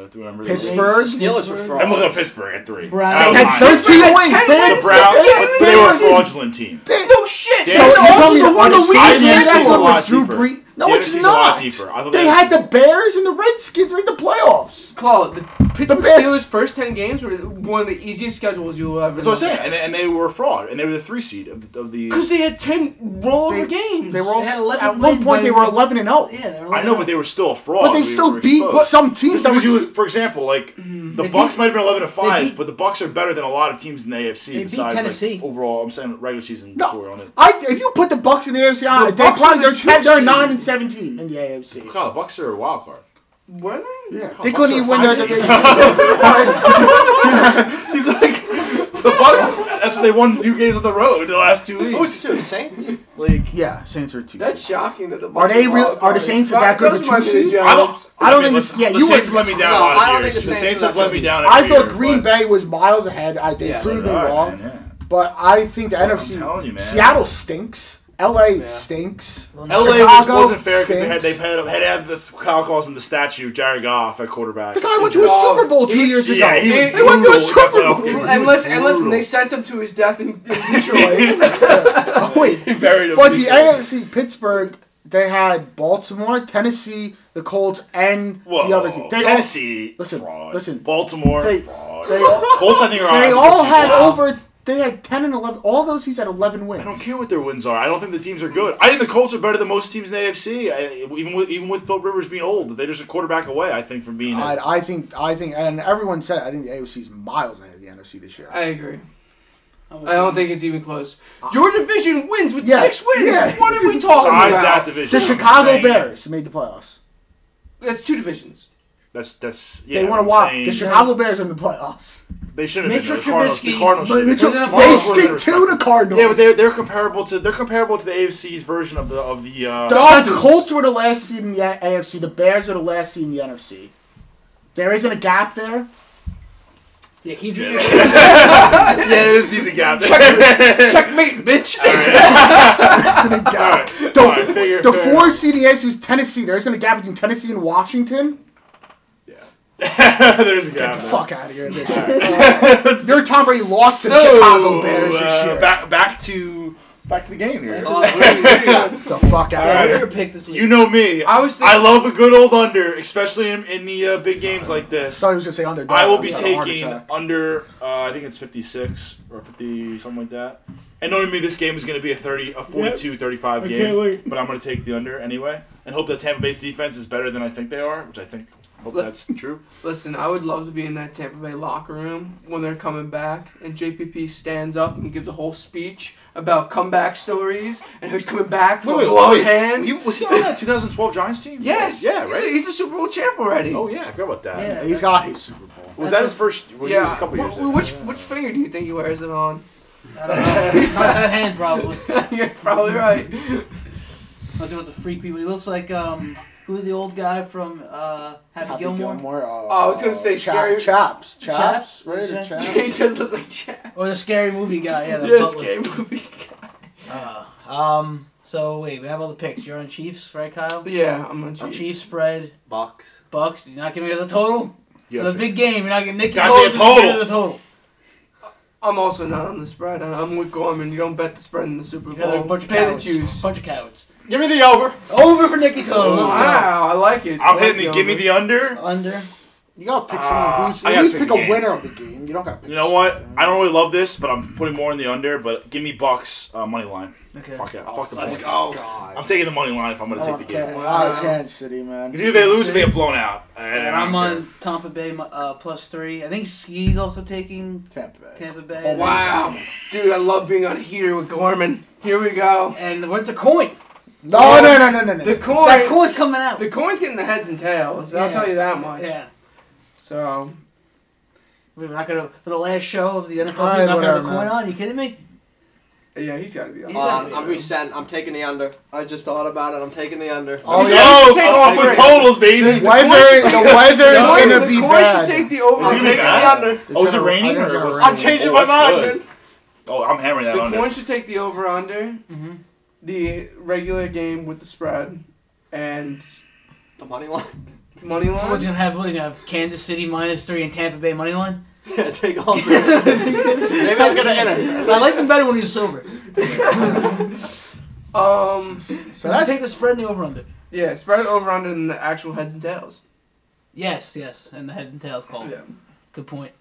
Speaker 6: do you remember the-
Speaker 5: Pittsburgh.
Speaker 8: Steelers were frauds.
Speaker 6: I'm looking at Pittsburgh at three.
Speaker 7: Browns.
Speaker 6: That
Speaker 5: They
Speaker 6: was
Speaker 5: had
Speaker 6: mine.
Speaker 5: thirteen
Speaker 4: Pittsburgh
Speaker 5: wins. They
Speaker 4: had 10
Speaker 5: had
Speaker 6: The Browns.
Speaker 5: They
Speaker 6: They were a
Speaker 5: had-
Speaker 6: fraudulent team.
Speaker 4: No shit.
Speaker 6: Yeah. They
Speaker 5: So you
Speaker 6: were
Speaker 5: tell me
Speaker 6: also
Speaker 5: the one
Speaker 6: the
Speaker 5: of the
Speaker 6: side
Speaker 5: weakest
Speaker 6: NFC was
Speaker 5: teams
Speaker 6: a lot
Speaker 5: was Drew
Speaker 6: deeper.
Speaker 5: Brees. No,
Speaker 6: The
Speaker 5: it's
Speaker 6: NFC is a lot
Speaker 5: not.
Speaker 6: deeper. I thought
Speaker 5: They
Speaker 6: the
Speaker 5: had
Speaker 6: NFC
Speaker 5: the Bears and the Redskins made the playoffs.
Speaker 4: Claw, the Pittsburgh
Speaker 5: Bears-
Speaker 4: Steelers' first ten games were one of the easiest schedules you'll ever.
Speaker 6: That's what I'm saying. And, and they were a fraud. And they were the three seed of the. Of the
Speaker 4: Because they had ten rollover games.
Speaker 5: They were all,
Speaker 7: They had 11
Speaker 5: at one
Speaker 7: wins
Speaker 5: point
Speaker 7: by
Speaker 5: they were
Speaker 7: the-
Speaker 5: eleven and zero.
Speaker 7: Yeah, they're
Speaker 6: I know, but they were still a fraud.
Speaker 5: But they
Speaker 6: Oh, We
Speaker 5: still
Speaker 6: were
Speaker 5: beat
Speaker 6: exposed.
Speaker 5: some teams
Speaker 6: Just
Speaker 5: that
Speaker 6: because
Speaker 5: were-
Speaker 6: you, for example, like the Bucks might have been 11 to
Speaker 7: Mm-hmm. they
Speaker 6: 5,
Speaker 7: beat-
Speaker 6: but the Bucks are better than a lot of teams in the AFC.
Speaker 7: beat
Speaker 6: besides,
Speaker 7: Tennessee.
Speaker 6: Like, overall, I'm saying regular season before on it.
Speaker 5: No, I, if you put the Bucks in the AFC, on
Speaker 4: The
Speaker 5: it, they
Speaker 4: Bucks
Speaker 5: probably
Speaker 4: were
Speaker 5: they're,
Speaker 4: the
Speaker 5: ten,
Speaker 4: two
Speaker 5: they're
Speaker 4: seed.
Speaker 5: nine and seventeen in the AFC.
Speaker 6: Kyle, the Bucks are a wild card.
Speaker 4: Were they?
Speaker 5: Yeah,
Speaker 6: Bucks
Speaker 5: they couldn't
Speaker 6: are
Speaker 5: even win
Speaker 6: five seed.
Speaker 5: their division.
Speaker 6: He's like the Bucks. That's what they won two games on the road the last
Speaker 5: Oh,
Speaker 6: two
Speaker 8: Who was
Speaker 6: weeks.
Speaker 8: the two? The Saints?
Speaker 6: Like
Speaker 5: Yeah, Saints are two.
Speaker 4: That's
Speaker 5: seed.
Speaker 4: shocking that the
Speaker 5: Are they
Speaker 4: Bucks
Speaker 5: real? Are the
Speaker 4: wild
Speaker 5: Saints
Speaker 4: card.
Speaker 5: that good of a
Speaker 4: Those might
Speaker 5: two
Speaker 4: be the
Speaker 5: seed?
Speaker 6: I don't.
Speaker 4: Giants.
Speaker 5: I don't
Speaker 6: mean,
Speaker 5: think
Speaker 6: listen,
Speaker 5: this- yeah,
Speaker 6: the
Speaker 5: you
Speaker 6: Saints
Speaker 5: would-
Speaker 6: let me down
Speaker 8: No,
Speaker 6: a lot of
Speaker 8: I don't
Speaker 6: years.
Speaker 8: think the
Speaker 6: the
Speaker 8: Saints
Speaker 6: Saints
Speaker 8: are
Speaker 6: have let
Speaker 8: actually-
Speaker 6: me down.
Speaker 5: I
Speaker 6: every
Speaker 5: thought
Speaker 6: year,
Speaker 5: Green
Speaker 6: but-
Speaker 5: Bay was miles ahead. I think
Speaker 4: Yeah,
Speaker 5: so they've been
Speaker 6: All right,
Speaker 5: wrong,
Speaker 6: man, yeah.
Speaker 5: but I think the
Speaker 6: That's what I'm
Speaker 5: NFC
Speaker 6: telling you, man.
Speaker 5: Seattle stinks. LA stinks.
Speaker 6: LA was-
Speaker 5: Chicago
Speaker 6: wasn't fair because they had they
Speaker 5: stinks.
Speaker 6: had had, had this Kyle calls him the statue Jared Goff at quarterback.
Speaker 5: The guy went to a
Speaker 4: Oh,
Speaker 5: Super Bowl two
Speaker 4: he-
Speaker 5: years ago.
Speaker 6: yeah, he was
Speaker 5: they went to a
Speaker 6: brutal in
Speaker 5: Super
Speaker 6: the
Speaker 5: Bowl.
Speaker 6: playoff game.
Speaker 5: And
Speaker 4: Unless, and listen,
Speaker 6: brutal.
Speaker 4: they sent him to his death in, in Detroit.
Speaker 5: wait,
Speaker 6: He buried him.
Speaker 5: but
Speaker 6: in
Speaker 5: the
Speaker 6: Detroit.
Speaker 5: AFC Pittsburgh, they had Baltimore, Tennessee, the Colts, and
Speaker 6: Whoa,
Speaker 5: the other team. They all-
Speaker 6: Tennessee
Speaker 5: Listen,
Speaker 6: fraud.
Speaker 5: listen.
Speaker 6: Baltimore
Speaker 5: They-
Speaker 6: fraud.
Speaker 5: they all-
Speaker 6: Colts I think are
Speaker 5: they
Speaker 6: out.
Speaker 5: all had
Speaker 6: Wow.
Speaker 5: over. They had ten and eleven. All those teams had eleven wins.
Speaker 6: I don't care what their wins are. I don't think the teams are good. I think the Colts are better than most teams in the AFC. I, even with even with Phil Rivers being old, they're just a quarterback away. I think from being. a-
Speaker 5: I, I think I think and everyone said it, I think the AFC is miles ahead of the NFC this year.
Speaker 4: I agree. I don't think it's even close. Your division wins with
Speaker 5: Yeah,
Speaker 4: six wins.
Speaker 5: yeah.
Speaker 4: What are we talking
Speaker 6: Besides that
Speaker 4: about?
Speaker 6: division,
Speaker 5: Oh, the
Speaker 6: I'm
Speaker 5: Chicago
Speaker 6: saying-
Speaker 5: Bears made the playoffs.
Speaker 4: That's two divisions.
Speaker 6: That's that's yeah.
Speaker 5: they won a
Speaker 6: I'm
Speaker 5: while.
Speaker 6: saying
Speaker 5: The Chicago Bears in the playoffs.
Speaker 6: They should have been
Speaker 7: Mitchell
Speaker 6: there. the Cardinals.
Speaker 7: Trubisky-
Speaker 6: The Cardinals.
Speaker 5: But
Speaker 6: should have been
Speaker 5: they
Speaker 6: there.
Speaker 5: they
Speaker 6: Cardinals were
Speaker 5: stink to the
Speaker 6: respected.
Speaker 5: Cardinals.
Speaker 6: Yeah, but they're they're comparable to they're comparable to the AFC's version of the of the. Uh,
Speaker 5: the,
Speaker 4: Dolphins.
Speaker 5: the Colts were the last seed in the A- AFC. The Bears are the last seed in the NFC. There isn't a gap there.
Speaker 7: Yeah, keep your ears.
Speaker 6: yeah, there's decent gap. All
Speaker 4: Checkmate, bitch.
Speaker 5: There isn't a
Speaker 6: right,
Speaker 5: gap.
Speaker 6: all right, figure,
Speaker 5: The
Speaker 6: fair.
Speaker 5: four seed in the AFC was Tennessee. There isn't a gap between Tennessee and Washington.
Speaker 6: there's a gap. there.
Speaker 5: Fuck out of here. This year. Your Tom Brady lost to the
Speaker 6: So,
Speaker 5: Chicago Bears this
Speaker 6: uh,
Speaker 5: year.
Speaker 6: back back to back to the game here.
Speaker 5: the fuck out of
Speaker 6: All
Speaker 5: here.
Speaker 6: right.
Speaker 7: Who's your pick this week?
Speaker 6: You know me.
Speaker 4: I
Speaker 6: I,
Speaker 4: was thinking-
Speaker 6: love a good old under, especially in, in the uh, big games like this.
Speaker 5: Thought he was gonna say underdog.
Speaker 6: I will be
Speaker 5: He's had a heart
Speaker 6: taking
Speaker 5: attack.
Speaker 6: under. Uh, I think it's fifty six or fifty something like that. And knowing me, this game is going to be a 30, a 42, 35 game. But I'm going to take the under anyway and hope that Tampa Bay's defense is better than I think they are, which I think hope
Speaker 4: Look-
Speaker 6: that's true.
Speaker 4: Listen, I would love to be in that Tampa Bay locker room when they're coming back, and JPP stands up and gives a whole speech about comeback stories and who's coming back from a blown hand.
Speaker 6: He, was he on that 2012 Giants team?
Speaker 4: yes.
Speaker 6: Yeah,
Speaker 4: He's a,
Speaker 6: right?
Speaker 4: he's a Super Bowl champ already.
Speaker 6: Oh, yeah, I forgot about that.
Speaker 7: Yeah.
Speaker 5: He's got his Super Bowl.
Speaker 6: Was that his first? Well, yeah. He was a couple
Speaker 4: Wh-
Speaker 6: years
Speaker 4: wh-
Speaker 6: in.
Speaker 4: which which finger do you think he wears it on?
Speaker 10: Not that hand, probably.
Speaker 4: You're probably right.
Speaker 7: I was about the freak people. He looks like um, who's the old guy from uh, Happy,
Speaker 5: Happy
Speaker 7: Gilmore?
Speaker 5: Oh,
Speaker 4: I was gonna say
Speaker 5: Chop-
Speaker 4: Scary-
Speaker 5: Chops. Chops.
Speaker 7: Chaps?
Speaker 5: Right, or
Speaker 7: Chaps?
Speaker 5: Chaps?
Speaker 4: he does look like Jack.
Speaker 7: or the scary movie guy? Yeah, the
Speaker 4: Yes,
Speaker 7: butler.
Speaker 4: gay movie.
Speaker 7: Uh, um. So wait, we have all the picks. You're on Chiefs, right, Kyle?
Speaker 4: Yeah, I'm on
Speaker 7: Chiefs,
Speaker 4: Chiefs.
Speaker 7: spread
Speaker 8: Bucks.
Speaker 7: Bucks. You're not giving us a total.
Speaker 6: Yeah.
Speaker 7: For the big game. You're not getting Nicky
Speaker 6: Gotta
Speaker 7: total.
Speaker 6: be a total.
Speaker 7: you're giving us a total.
Speaker 4: I'm also not on the spread. I- I'm with Gorman. You don't bet the spread in the Super
Speaker 7: You guys are
Speaker 4: Bowl.
Speaker 7: a bunch of
Speaker 4: Pay the
Speaker 7: cowards.
Speaker 4: Jews.
Speaker 7: Bunch of cowards.
Speaker 8: Give me the over.
Speaker 7: Over for Nicky
Speaker 6: Oh,
Speaker 7: total.
Speaker 4: Wow, I like it.
Speaker 6: I'm
Speaker 4: I like
Speaker 6: hitting the give me the under.
Speaker 7: Under.
Speaker 5: You gotta pick someone who's
Speaker 6: Ah, I
Speaker 5: at
Speaker 6: gotta
Speaker 5: least
Speaker 6: pick
Speaker 5: pick
Speaker 6: a
Speaker 5: a
Speaker 6: game.
Speaker 5: winner of the game. You don't gotta pick.
Speaker 6: You know
Speaker 5: a
Speaker 6: what?
Speaker 5: spread.
Speaker 6: I don't really love this, but I'm putting more in the under. But give me Bucks uh, money line.
Speaker 7: Okay.
Speaker 6: Fuck that. Fuck the
Speaker 5: Oh, Let's
Speaker 6: Bucks.
Speaker 5: go.
Speaker 6: I'm
Speaker 5: God.
Speaker 6: taking the money line if I'm gonna take the
Speaker 5: Okay.
Speaker 6: game.
Speaker 5: Wow, Kansas City, man.
Speaker 6: Because either they lose or they get blown out. And
Speaker 7: And
Speaker 6: I
Speaker 7: I'm
Speaker 6: don't care.
Speaker 7: on Tampa Bay uh, plus three. I think Ski's also taking
Speaker 5: Tampa Bay.
Speaker 7: Tampa Bay.
Speaker 5: Oh,
Speaker 4: Wow, dude, I love being on a heater with Gorman. Here we go.
Speaker 7: And where's the coin?
Speaker 5: No, no, no, no, no, no.
Speaker 4: The coin.
Speaker 7: That coin's coming out.
Speaker 4: The coin's getting the heads and tails. I'll
Speaker 7: Yeah.
Speaker 4: tell you that much.
Speaker 7: Yeah.
Speaker 4: So
Speaker 7: We're not gonna for the last show of the NFL
Speaker 5: All right,
Speaker 7: season. We're not gonna have the
Speaker 5: whatever,
Speaker 7: coin
Speaker 5: man.
Speaker 7: on. Are you kidding me?
Speaker 4: yeah, he's got to be on.
Speaker 7: He's gotta
Speaker 8: Um,
Speaker 7: be
Speaker 8: I'm resent. I'm taking the under. I just thought about it. I'm taking the under.
Speaker 5: Oh,
Speaker 6: Let's
Speaker 5: yeah.
Speaker 6: go!
Speaker 4: Take
Speaker 6: Up
Speaker 4: over.
Speaker 6: with totals,
Speaker 5: The
Speaker 6: baby.
Speaker 5: weather, the weather
Speaker 4: The
Speaker 5: is
Speaker 4: coin-
Speaker 5: gonna be
Speaker 4: the coin
Speaker 5: bad.
Speaker 4: should take the over.
Speaker 6: Is it
Speaker 4: I'm
Speaker 6: gonna be
Speaker 4: taking
Speaker 6: bad?
Speaker 4: the under.
Speaker 5: It's
Speaker 6: Oh, is it
Speaker 5: gonna-
Speaker 6: raining
Speaker 5: I think
Speaker 6: or
Speaker 5: it's gonna
Speaker 6: what's-
Speaker 5: rain.
Speaker 8: I'm changing
Speaker 6: Oh,
Speaker 8: my
Speaker 6: that's
Speaker 8: mind.
Speaker 6: good.
Speaker 8: man.
Speaker 6: Oh, I'm hammering that
Speaker 4: The
Speaker 6: under.
Speaker 4: coin should take the over under.
Speaker 7: Mhm.
Speaker 4: The regular game with the spread and
Speaker 8: The money line.
Speaker 4: money
Speaker 7: We're gonna
Speaker 4: line.
Speaker 7: have we're gonna have Kansas City minus three and Tampa Bay money line.
Speaker 8: Yeah, take all three. Maybe I'm gonna enter.
Speaker 7: I like them better when he was sober.
Speaker 4: Um,
Speaker 5: So
Speaker 7: So let
Speaker 5: that's
Speaker 7: take the spread and the over under.
Speaker 4: yeah, spread it over under than the actual heads and tails.
Speaker 7: Yes, yes, and the heads and tails call. Good point.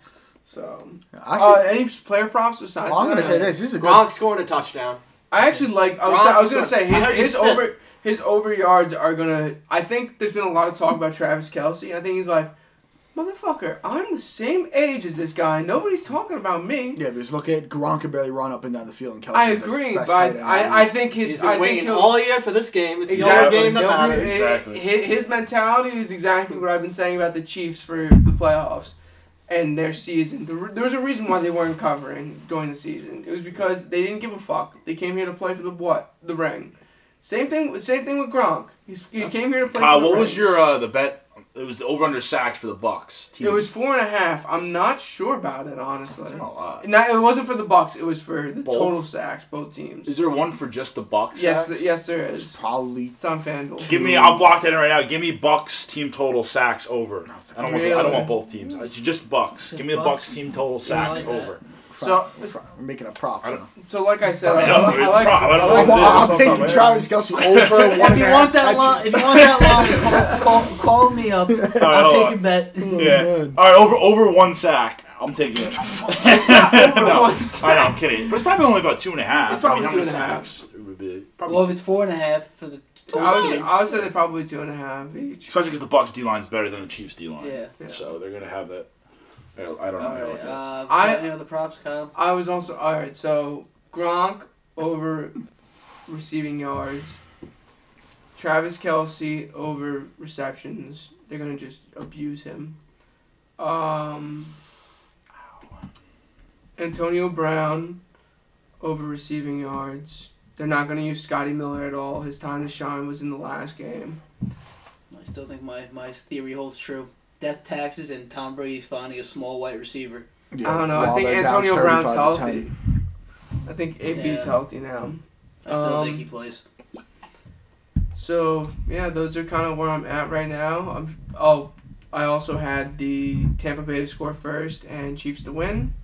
Speaker 4: So, uh,
Speaker 5: actually.
Speaker 4: any player props besides?
Speaker 5: well, I'm gonna
Speaker 4: that?
Speaker 5: say this. This is a good.
Speaker 8: Gronk scored a touchdown.
Speaker 4: I actually like. I was,
Speaker 8: Ron-
Speaker 4: I was gonna say
Speaker 8: I heard
Speaker 4: his, his
Speaker 8: he's fit.
Speaker 4: over his over yards are gonna. I think there's been a lot of talk about Travis Kelsey. I think he's like, motherfucker, I'm the same age as this guy. Nobody's talking about me.
Speaker 5: Yeah, because look at Gronk can barely run up and down the field, and Kelsey.
Speaker 4: I agree, but I, I, I think his
Speaker 8: He's
Speaker 4: I
Speaker 8: been
Speaker 4: think
Speaker 8: waiting
Speaker 4: he'll-
Speaker 8: all year for this game. It's
Speaker 4: Exactly.
Speaker 8: the only game that
Speaker 4: He'll be-
Speaker 8: matters.
Speaker 6: Exactly.
Speaker 4: His, his mentality is exactly what I've been saying about the Chiefs for the playoffs and their season. The, re- there was a reason why they weren't covering during the season. It was because they didn't give a fuck. They came here to play for the what? The ring. Same thing. with- Same thing with Gronk. He's, he came here to play.
Speaker 6: Kyle,
Speaker 4: for the
Speaker 6: what
Speaker 4: ring.
Speaker 6: was your uh, the bet? It was the over under sacks for the Bucks. Team.
Speaker 4: It was four and a half. I'm not sure about it
Speaker 6: It's
Speaker 4: honestly.
Speaker 6: not a lot.
Speaker 4: No, it wasn't for the Bucks. It was for the
Speaker 6: Both?
Speaker 4: total sacks, both teams.
Speaker 6: Is there one for just the Bucks?
Speaker 4: Yes,
Speaker 6: sacks?
Speaker 4: th- yes, there
Speaker 5: It's
Speaker 4: is.
Speaker 5: probably
Speaker 4: It's on FanDuel.
Speaker 6: Give me. I'll block that in right now. Give me Bucks team total sacks over. I don't want. I don't
Speaker 4: Really?
Speaker 6: want both teams. I- Just Bucks. Give me the
Speaker 7: Bucks?
Speaker 6: Bucks team total sacks
Speaker 7: like that.
Speaker 6: over.
Speaker 4: So-
Speaker 5: We're trying- we're making a prop.
Speaker 6: I
Speaker 5: So.
Speaker 6: don't-
Speaker 4: So, like I said, I,
Speaker 6: Yeah,
Speaker 4: I,
Speaker 6: it's
Speaker 4: like.
Speaker 6: prop. I
Speaker 4: I
Speaker 6: don't
Speaker 4: like-
Speaker 6: know what it is.
Speaker 5: Well, I'm
Speaker 6: Something
Speaker 5: taking
Speaker 6: like that.
Speaker 5: Travis Kelsey over one
Speaker 7: If you want that line, if you want that line, call, call, call me up. I'll
Speaker 6: hold
Speaker 7: take
Speaker 6: on.
Speaker 7: your bet.
Speaker 6: Yeah.
Speaker 5: man.
Speaker 6: All right. Over over one sack. I'm taking it. no,
Speaker 4: one
Speaker 6: I know. I'm kidding. But it's probably only about two and a half.
Speaker 4: It's probably
Speaker 6: I mean, how
Speaker 4: two
Speaker 6: many
Speaker 4: and a half.
Speaker 6: sacks It would be probably.
Speaker 7: Well, if
Speaker 6: two.
Speaker 7: it's four and a half for the two
Speaker 4: I would,
Speaker 7: teams.
Speaker 4: I would say they're probably two and a half each.
Speaker 6: Especially because the Bucks D line's better than the Chiefs D line.
Speaker 7: Yeah.
Speaker 4: Yeah.
Speaker 6: So they're gonna have that. I don't I don't know.
Speaker 7: All
Speaker 6: how to
Speaker 7: right.
Speaker 6: look at it.
Speaker 7: Uh,
Speaker 4: I-
Speaker 7: got any other props, Kyle?
Speaker 4: I was also all right. So Gronk over receiving yards. Travis Kelsey over receptions. They're gonna just abuse him. Um, Antonio Brown over receiving yards. They're not gonna use Scotty Miller at all. His time to shine was in the last game.
Speaker 7: I still think my, my theory holds true. Death taxes and Tom Brady's finding a small white receiver.
Speaker 4: I don't know. I think Antonio Brown's healthy. I think AB's
Speaker 7: Yeah.
Speaker 4: healthy now.
Speaker 7: I still think
Speaker 4: Um,
Speaker 7: he plays.
Speaker 4: So yeah, those are kind of where I'm at right now. I'm, oh, I also had the Tampa Bay to score first and Chiefs to win,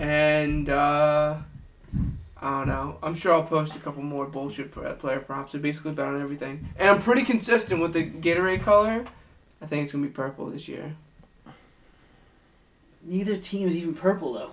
Speaker 4: and uh, I don't know. I'm sure I'll post a couple more bullshit pr- player props. I basically bet on everything, and I'm pretty consistent with the Gatorade color. I think it's gonna be purple this year.
Speaker 7: Neither team is even purple though.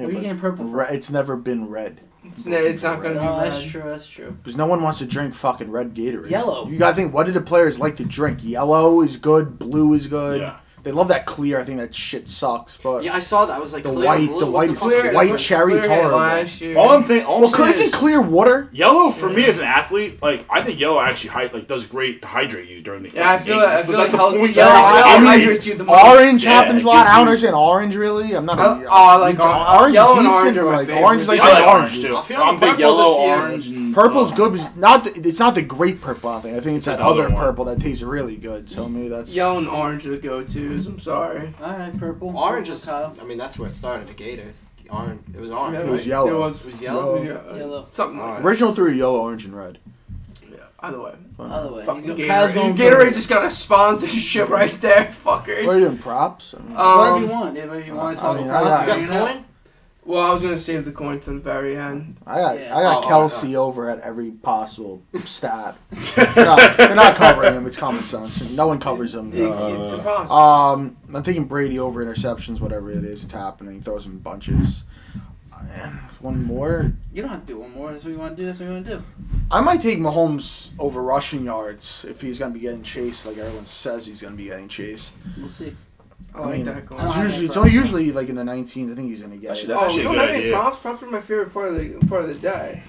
Speaker 7: Where are you
Speaker 5: but
Speaker 7: getting purple from?
Speaker 5: re- it's never been red.
Speaker 4: It's, no, it's not gonna be
Speaker 7: No, Oh, that's
Speaker 4: red.
Speaker 7: true. That's true.
Speaker 5: Because no one wants to drink fucking red Gatorade.
Speaker 3: Yellow.
Speaker 5: You gotta think, what do the players like to drink? Yellow is good, blue is good.
Speaker 6: Yeah.
Speaker 5: They love that clear. I think that shit sucks, but
Speaker 8: Yeah, I saw that. I was like,
Speaker 5: the
Speaker 8: clear
Speaker 5: white,
Speaker 8: blue,
Speaker 5: the
Speaker 8: what
Speaker 5: white,
Speaker 8: the
Speaker 5: is
Speaker 8: fuck is
Speaker 5: white
Speaker 8: that?
Speaker 5: cherry
Speaker 4: Clear
Speaker 5: tolerable.
Speaker 4: last year.
Speaker 6: All I'm thinking, all I'm
Speaker 5: Well,
Speaker 6: saying
Speaker 5: clear, isn't
Speaker 6: is,
Speaker 5: clear water?
Speaker 6: yellow for me as an athlete, like I think yellow actually hy- like does great to hydrate you during the.
Speaker 4: yeah, I
Speaker 6: fucking
Speaker 4: feel
Speaker 6: game.
Speaker 4: like I
Speaker 6: That's the-
Speaker 4: feel
Speaker 6: that's
Speaker 4: like
Speaker 6: the
Speaker 4: hel-
Speaker 6: point.
Speaker 4: yellow
Speaker 5: Yeah,
Speaker 4: I
Speaker 5: I mean,
Speaker 4: hydrates you the most.
Speaker 5: Orange
Speaker 6: Yeah,
Speaker 5: happens
Speaker 6: it
Speaker 5: a lot.
Speaker 6: gives
Speaker 5: I don't
Speaker 6: you-
Speaker 5: understand orange really. I'm not. a-
Speaker 4: Oh, I like orange.
Speaker 5: orange.
Speaker 4: Yellow
Speaker 5: is
Speaker 4: and orange
Speaker 5: decent,
Speaker 4: are
Speaker 5: but
Speaker 4: my
Speaker 5: like
Speaker 4: favorites.
Speaker 5: orange is like
Speaker 6: I like
Speaker 5: orange,
Speaker 6: orange too.
Speaker 8: I feel
Speaker 6: I'm big
Speaker 8: purple
Speaker 6: yellow,
Speaker 8: this year.
Speaker 6: orange. And,
Speaker 5: Purple's
Speaker 6: uh,
Speaker 5: good, but it's not the, it's not the great purple. I think. I think it's, that
Speaker 6: that other
Speaker 5: other
Speaker 6: one.
Speaker 5: purple that tastes really good. So maybe that's
Speaker 4: Yellow and orange are the go-tos. I'm sorry.
Speaker 7: All right, purple.
Speaker 8: Orange
Speaker 7: Purple,
Speaker 8: is.
Speaker 7: Kyle.
Speaker 8: I mean, that's where it started. The Gators. Orange. It was orange.
Speaker 4: Yeah,
Speaker 5: It
Speaker 8: right?
Speaker 5: was yellow.
Speaker 4: It
Speaker 8: It
Speaker 4: was
Speaker 8: was yellow.
Speaker 4: yeah,
Speaker 7: Yellow.
Speaker 4: Something
Speaker 8: Alright.
Speaker 4: like
Speaker 5: original three yellow, orange, and red.
Speaker 4: that. Either way.
Speaker 7: Other way.
Speaker 4: Fucking
Speaker 7: He's- Kyle's
Speaker 4: Gatorade.
Speaker 7: going
Speaker 4: Gatorade just got a sponsorship right there, fuckers.
Speaker 5: What are you doing? Props. I mean,
Speaker 4: Um,
Speaker 7: whatever you want. If you want to
Speaker 5: I
Speaker 7: talk
Speaker 5: mean, I
Speaker 7: about,
Speaker 5: got-
Speaker 7: it,
Speaker 8: You
Speaker 7: you
Speaker 8: got
Speaker 7: know.
Speaker 8: coin?
Speaker 4: Well, I was gonna save the coin to the very end.
Speaker 5: I got
Speaker 7: Yeah.
Speaker 5: I got
Speaker 8: Oh,
Speaker 5: Kelsey over at every possible stat. they're, not, they're not covering him. It's common sense. No one covers him. Uh,
Speaker 4: it's impossible.
Speaker 5: Um, I'm taking Brady over interceptions, whatever it is. It's happening. He throws him in bunches. Uh, One more.
Speaker 7: You don't have to do one more. That's what you want to do. That's what you want to do.
Speaker 5: I might take Mahomes over rushing yards if he's going to be getting chased, like everyone says he's going to be getting chased.
Speaker 7: We'll see.
Speaker 4: I like
Speaker 5: mean,
Speaker 4: that coin.
Speaker 5: It's usually it's only usually like in the 19s. I think he's going to get
Speaker 6: Actually,
Speaker 5: it.
Speaker 6: that's
Speaker 4: oh,
Speaker 6: actually
Speaker 4: we
Speaker 6: a
Speaker 4: don't
Speaker 6: good
Speaker 4: have any
Speaker 6: idea.
Speaker 4: props. Props are my favorite part of the part of the day.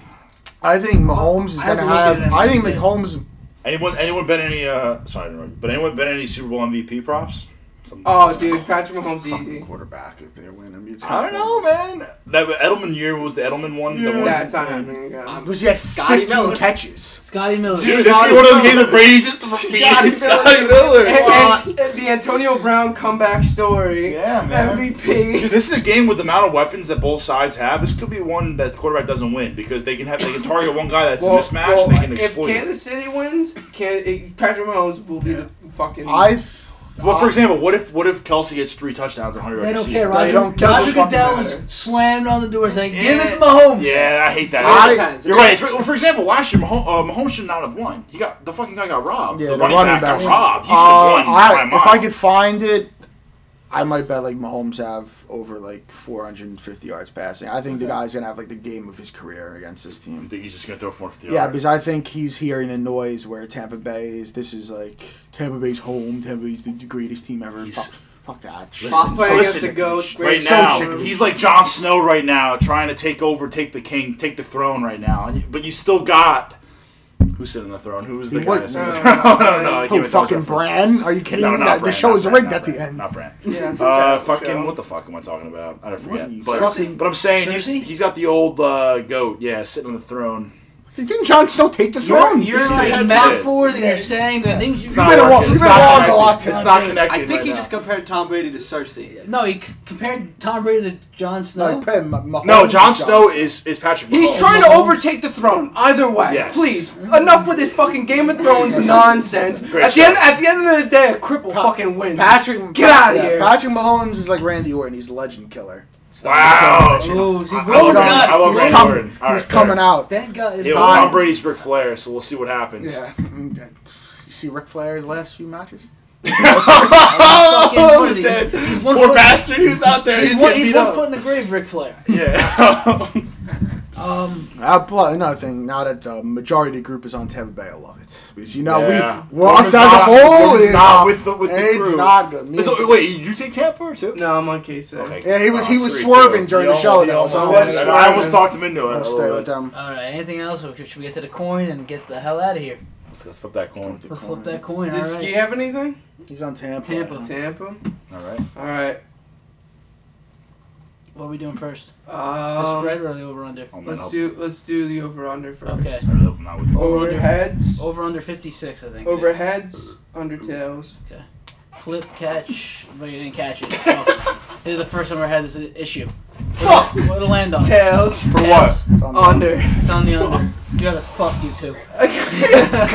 Speaker 5: I think Mahomes is
Speaker 7: I
Speaker 5: going to
Speaker 7: believe it
Speaker 5: have.
Speaker 7: in
Speaker 5: I think
Speaker 7: him.
Speaker 5: Mahomes.
Speaker 6: Anyone, anyone bet any? Uh, sorry, to interrupt you, but anyone bet any Super Bowl MVP props? Some-
Speaker 4: Oh, dude, Patrick Mahomes easy.
Speaker 5: quarterback if they win. I mean, it's
Speaker 6: I don't know, man. That Edelman year was the Edelman one. The one
Speaker 4: That's not happening again.
Speaker 5: Because he had
Speaker 8: Scotty
Speaker 5: 15
Speaker 8: Miller.
Speaker 5: catches.
Speaker 7: Scotty Miller.
Speaker 6: Dude, this is one of those games that Brady just defeated Scotty Miller.
Speaker 4: And, and, and the Antonio Brown comeback story.
Speaker 6: Yeah, man.
Speaker 4: MVP.
Speaker 6: Dude, this is a game with the amount of weapons that both sides have. This could be one that the quarterback doesn't win because they can have they can target one guy that's a mismatch and they can
Speaker 4: if
Speaker 6: exploit. it.
Speaker 4: Kansas City wins, can, it, Patrick Mahomes will be the fucking.
Speaker 5: I.
Speaker 6: Well, for example, what if what if Kelsey gets three touchdowns and 100
Speaker 7: They
Speaker 6: yards
Speaker 7: don't
Speaker 6: receiving?
Speaker 7: care. Roger,
Speaker 5: don't care.
Speaker 7: Roger
Speaker 4: Doesn't fucking
Speaker 7: Goodell is
Speaker 4: matter.
Speaker 7: slammed on the door saying, "Give it
Speaker 6: Yeah.
Speaker 7: to Mahomes."
Speaker 6: Yeah, I hate that.
Speaker 5: I-
Speaker 8: Depends.
Speaker 6: You're right. It's, well, for example, last year Mahomes, uh, Mahomes should not have won. He got the fucking guy got robbed.
Speaker 5: Yeah,
Speaker 6: the, running, back, got robbed. He should
Speaker 5: Uh,
Speaker 6: have won.
Speaker 5: I-
Speaker 6: by a
Speaker 5: if
Speaker 6: mile.
Speaker 5: I could find it, I might bet like Mahomes have over like 450 yards passing. I think the guy's gonna have like the game of his career against this
Speaker 6: I
Speaker 5: team.
Speaker 6: think he's just gonna throw 450
Speaker 5: Yeah,
Speaker 6: yards.
Speaker 5: because I think he's hearing the noise where Tampa Bay is. This is like Tampa Bay's home. Tampa Bay's the greatest team ever.
Speaker 6: He's-
Speaker 5: Fuck, fuck that.
Speaker 4: Stop playing against the
Speaker 6: listen,
Speaker 4: GOAT. We're
Speaker 6: right
Speaker 4: so
Speaker 6: now,
Speaker 4: sure.
Speaker 6: he's like Jon Snow right now, trying to take over, take the king, take the throne right now. And you- But you still got who's sitting on the throne? Who is the
Speaker 5: He
Speaker 6: guy
Speaker 5: would-
Speaker 6: that's sitting on the
Speaker 4: no,
Speaker 6: throne? I
Speaker 4: no,
Speaker 6: don't know. I
Speaker 5: Who
Speaker 6: can't tell
Speaker 5: fucking
Speaker 6: the reference.
Speaker 5: Bran? Are you kidding
Speaker 6: No,
Speaker 5: me?
Speaker 6: not
Speaker 5: That, the
Speaker 6: Bran,
Speaker 5: show
Speaker 6: not
Speaker 5: is
Speaker 6: Bran,
Speaker 5: rigged
Speaker 6: not
Speaker 5: at the
Speaker 6: Bran,
Speaker 5: end.
Speaker 6: Not Bran.
Speaker 4: yeah, that's a
Speaker 6: Uh,
Speaker 4: terrible
Speaker 6: fucking
Speaker 4: show.
Speaker 6: what the fuck am I talking about? I don't
Speaker 5: What
Speaker 6: forget.
Speaker 5: are you
Speaker 6: But,
Speaker 5: fucking-
Speaker 6: but I'm saying he's,
Speaker 7: Cersei?
Speaker 6: he's got the old uh, goat, yeah, sitting on the throne.
Speaker 5: Didn't Jon Snow take the
Speaker 7: You're,
Speaker 5: throne?
Speaker 7: you're
Speaker 6: Yeah.
Speaker 7: like
Speaker 6: Yeah.
Speaker 7: mouth forward and you're saying that things you
Speaker 6: It's
Speaker 5: You
Speaker 6: not
Speaker 5: better
Speaker 6: working.
Speaker 5: walk- you
Speaker 6: It's
Speaker 5: better
Speaker 6: not
Speaker 5: walk a
Speaker 6: connected.
Speaker 5: lot to
Speaker 6: It's
Speaker 5: that.
Speaker 6: not connected.
Speaker 8: I think
Speaker 6: right
Speaker 8: he
Speaker 6: now.
Speaker 8: just compared Tom Brady to Cersei.
Speaker 7: No, he c- compared Tom Brady to Jon Snow.
Speaker 5: Like, Pim, Mahomes
Speaker 6: No,
Speaker 5: is
Speaker 6: Jon Snow is is Patrick.
Speaker 4: He's
Speaker 6: Mahomes.
Speaker 4: trying to overtake the throne. Either way,
Speaker 6: Yes.
Speaker 4: please, enough with this fucking Game of Thrones nonsense.
Speaker 6: Great
Speaker 4: at the
Speaker 6: show.
Speaker 4: end, at the end of the day, a cripple
Speaker 5: Pa-
Speaker 4: fucking wins.
Speaker 5: Patrick,
Speaker 4: Get outta here.
Speaker 5: Patrick Mahomes is like Randy Orton. He's a legend killer.
Speaker 6: Wow.
Speaker 7: Oh, see,
Speaker 6: I- I
Speaker 7: Randy
Speaker 6: love
Speaker 7: Orton.
Speaker 6: Randy- I love
Speaker 5: he's
Speaker 6: Randy
Speaker 5: com-
Speaker 6: Orton.
Speaker 5: he's
Speaker 6: All right, fair.
Speaker 5: coming out.
Speaker 7: That guy is
Speaker 6: Yeah, well,
Speaker 5: Fine.
Speaker 6: Tom Brady's Ric Flair, so we'll see what happens.
Speaker 5: Yeah. You see Ric Flair's last few matches?
Speaker 7: fucking what is he? He's one
Speaker 6: Oh, Poor
Speaker 7: foot.
Speaker 6: bastard, he was out there.
Speaker 7: He's,
Speaker 6: He's
Speaker 7: one,
Speaker 6: getting
Speaker 7: he's
Speaker 6: beat
Speaker 7: one
Speaker 6: up.
Speaker 7: foot in the grave, Ric Flair.
Speaker 6: Yeah.
Speaker 7: Um,
Speaker 5: Uh, plus, another thing, now that the majority of the group is on Tampa Bay, I love it. Because, you know,
Speaker 6: Yeah.
Speaker 5: we, well,
Speaker 6: Women's
Speaker 5: us as a
Speaker 6: not-
Speaker 5: whole
Speaker 6: women's
Speaker 5: is
Speaker 6: not
Speaker 5: up.
Speaker 6: with the- with the
Speaker 5: It's
Speaker 6: crew.
Speaker 5: not good. Me-
Speaker 6: So, wait, did you take Tampa or two?
Speaker 4: No, I'm on K6.
Speaker 5: Yeah, he was- he was
Speaker 6: three,
Speaker 5: swerving
Speaker 6: two.
Speaker 5: during
Speaker 6: He
Speaker 5: the show,
Speaker 6: almost- he
Speaker 5: though, so
Speaker 6: almost did.
Speaker 4: I was
Speaker 6: I almost
Speaker 4: swerving.
Speaker 6: talked him into it.
Speaker 5: I'll stay with them.
Speaker 7: all right. Anything else? Or should we get to the coin and get the hell out of here?
Speaker 6: Let's, let's flip that coin.
Speaker 7: Let's flip that coin. All
Speaker 4: Does Ski
Speaker 7: right.
Speaker 4: have anything?
Speaker 5: He's on Tampa.
Speaker 7: Tampa.
Speaker 4: Tampa.
Speaker 6: All right.
Speaker 4: All right.
Speaker 7: What are we doing first? The
Speaker 4: Um,
Speaker 7: spread or the over under?
Speaker 6: Oh, man,
Speaker 4: let's
Speaker 6: I'll-
Speaker 4: do let's do the over under first.
Speaker 7: Okay.
Speaker 6: I really hope not with the-
Speaker 7: Over under.
Speaker 4: Overheads.
Speaker 7: Over under 56, I think. it is.
Speaker 4: Overheads. Under tails.
Speaker 7: Flip, catch. But you didn't catch it. Oh. this is the first time I had this i- issue.
Speaker 4: Fuck.
Speaker 7: What to land on?
Speaker 4: Tails.
Speaker 6: For what?
Speaker 5: It's on Tampa.
Speaker 4: Under.
Speaker 7: It's on the under. You guys are fucked, you two.
Speaker 6: It's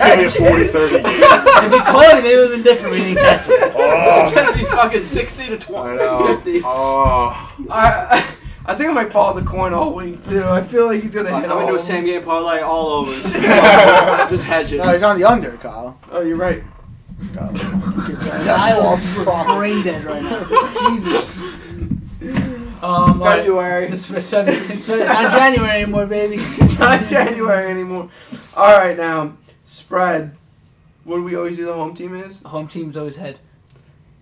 Speaker 6: going to be a 40 30 game.
Speaker 7: If we called it, maybe it would have been different. We didn't catch it.
Speaker 8: It's
Speaker 6: Oh,
Speaker 8: gonna be fucking sixty to
Speaker 6: I
Speaker 8: twenty,
Speaker 6: know.
Speaker 8: fifty.
Speaker 6: Oh.
Speaker 4: I I think I might follow the coin all week too. I feel like he's gonna
Speaker 8: I'm
Speaker 4: hit
Speaker 8: gonna
Speaker 4: all
Speaker 8: do a
Speaker 4: of them.
Speaker 8: same game parlay all over. Just hedge it.
Speaker 5: No, he's on the under, Kyle.
Speaker 4: Oh, you're right.
Speaker 5: Kyle.
Speaker 7: I was brain dead right now. Jesus. Um, all right.
Speaker 4: February.
Speaker 7: It's- it's February. It's Not January anymore, baby.
Speaker 4: Not January anymore. All right, now spread. What do we always do? The home team is
Speaker 7: Home team's always head.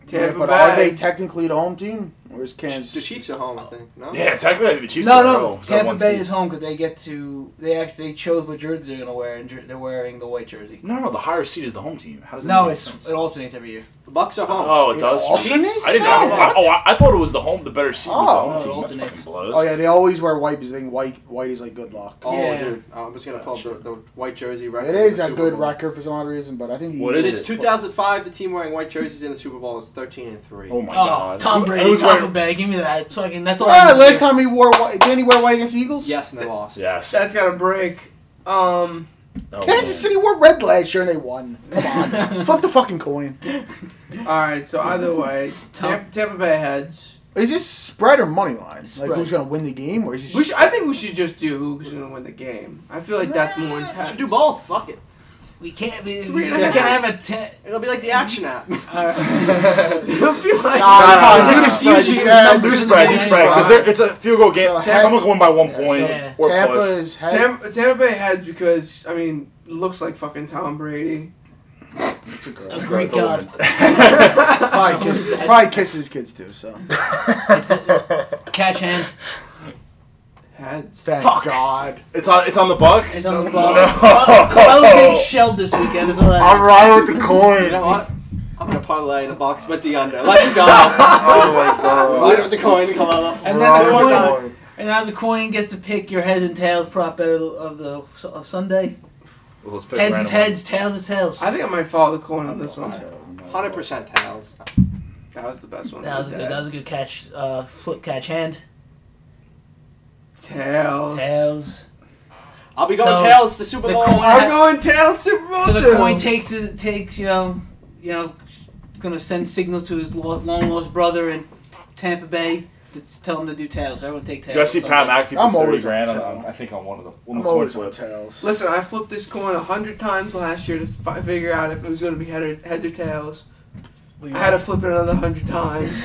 Speaker 4: Tampa
Speaker 5: but
Speaker 4: Bay.
Speaker 5: are they technically the home team, or is Kansas?
Speaker 8: The Chiefs at home, I think. No.
Speaker 6: Yeah, technically the Chiefs
Speaker 7: No,
Speaker 6: are
Speaker 7: no.
Speaker 6: oh, Is that
Speaker 7: Tampa
Speaker 6: one
Speaker 7: Bay
Speaker 6: seed?
Speaker 7: is home because they get to. They actually they chose what jersey they're gonna wear, and jer- they're wearing the white jersey.
Speaker 6: No, no, the higher seed is the home team. How does that
Speaker 7: No,
Speaker 6: make
Speaker 7: it's
Speaker 6: sense?
Speaker 7: it alternates every year.
Speaker 8: The Bucks are home.
Speaker 6: Oh, it
Speaker 5: It
Speaker 6: does.
Speaker 5: alternates?
Speaker 6: I didn't know. I,
Speaker 5: What?
Speaker 6: oh, I, I thought it was the home, the better seed
Speaker 5: Oh.
Speaker 6: was the
Speaker 7: No,
Speaker 6: home
Speaker 7: it
Speaker 6: team. That's
Speaker 7: alternates.
Speaker 6: fucking blows.
Speaker 5: oh yeah, they always wear white because they think white white is like good luck.
Speaker 8: Oh,
Speaker 7: Yeah.
Speaker 8: dude, I'm just gonna pull up the, the white jersey record.
Speaker 5: It
Speaker 8: in
Speaker 5: is
Speaker 8: the
Speaker 5: a
Speaker 8: Super
Speaker 5: good
Speaker 8: Bowl.
Speaker 5: record for some odd reason, but I think
Speaker 6: What
Speaker 5: he's-
Speaker 6: is
Speaker 8: Since
Speaker 6: it?
Speaker 8: 2005, the team wearing white jerseys in the Super Bowl is 13 and three.
Speaker 6: Oh my
Speaker 7: Oh,
Speaker 6: god.
Speaker 7: Tom
Speaker 6: Who-
Speaker 7: Brady,
Speaker 6: who's
Speaker 7: Tampa
Speaker 6: wearing-
Speaker 7: Bay. Give me that. It's fucking. That's all. I
Speaker 5: Ah,
Speaker 7: need.
Speaker 5: last time he wore white, didn't he wear white against the Eagles?
Speaker 8: Yes, and they lost.
Speaker 6: Yes.
Speaker 4: That's got to break. Um,
Speaker 6: No,
Speaker 5: Kansas City wore red last year and they won. Come on, flip the fucking coin.
Speaker 4: all right. So either way, Tampa, Tampa Bay heads.
Speaker 5: Is this spread or money line?
Speaker 7: Spread.
Speaker 5: Like who's gonna win the game, or is this?
Speaker 4: We should, I think we should just do who's gonna win the game. I feel like that's more
Speaker 8: We
Speaker 4: intense.
Speaker 8: should do both. Fuck it.
Speaker 7: We can't be.
Speaker 4: Three
Speaker 7: We
Speaker 4: and a
Speaker 7: can't
Speaker 4: half.
Speaker 7: have a ten.
Speaker 8: It'll be like the action app.
Speaker 4: I feel like
Speaker 5: Nah,
Speaker 6: nah, nah,
Speaker 5: do
Speaker 6: nah.
Speaker 5: the spread.
Speaker 7: Excuse me,
Speaker 5: Yeah,
Speaker 6: Do
Speaker 5: do the
Speaker 6: spread, do
Speaker 5: game.
Speaker 6: spread, because it's a field goal game.
Speaker 5: So,
Speaker 6: Someone can win by one
Speaker 7: Yeah,
Speaker 6: point
Speaker 7: so-
Speaker 6: or
Speaker 5: Tampa
Speaker 6: push.
Speaker 5: is head.
Speaker 4: Tampa, Tampa Bay heads because I mean looks like fucking Tom Brady.
Speaker 5: That's a girl.
Speaker 7: A Greek
Speaker 6: It's over.
Speaker 7: god.
Speaker 5: probably, kiss, probably kisses kids too. So
Speaker 7: Catch hand.
Speaker 4: Heads.
Speaker 5: thank God.
Speaker 6: It's on. It's on the Bucks.
Speaker 7: It's on the
Speaker 6: No.
Speaker 7: ball. Carmelo getting shelled this weekend. Is all I
Speaker 5: I'm riding with the coin.
Speaker 8: You know what? I'm gonna parlay the box with the under. Let's go. oh my god. Right with the coin, Kalala.
Speaker 7: And then the
Speaker 5: Riding with
Speaker 7: coin.
Speaker 5: the
Speaker 7: And now the coin gets to pick your heads and tails prop better of the of Sunday.
Speaker 6: Well, let's pick
Speaker 7: Heads is
Speaker 6: random.
Speaker 7: heads, tails is tails.
Speaker 4: I think I might follow the coin on this one.
Speaker 8: Hundred percent towels.
Speaker 4: That was the best one.
Speaker 7: That was a good. That was a good catch. Uh, flip catch hand.
Speaker 4: Tails.
Speaker 7: Tails.
Speaker 8: I'll be going
Speaker 7: So,
Speaker 8: tails to Super
Speaker 7: the
Speaker 8: Bowl.
Speaker 7: coin-
Speaker 4: I'm going tails Super Bowl
Speaker 7: So the
Speaker 4: two.
Speaker 7: coin takes it takes you know you know it's gonna send signals to his long lost brother in Tampa Bay to t- tell him to do tails. Everyone take
Speaker 6: You
Speaker 7: tails.
Speaker 6: guys see
Speaker 7: on
Speaker 6: Pat
Speaker 7: Sunday.
Speaker 6: McAfee
Speaker 5: I'm
Speaker 6: for thirty
Speaker 5: always
Speaker 6: grand?
Speaker 5: on
Speaker 6: On,
Speaker 5: top.
Speaker 6: I think on one of the one of
Speaker 5: I'm
Speaker 6: the coin
Speaker 5: always on
Speaker 6: flips.
Speaker 5: tails.
Speaker 4: Listen, I flipped this coin a hundred times last year to fi- figure out if it was going to be head or, heads or tails.
Speaker 7: We
Speaker 4: I had to flip it another hundred times.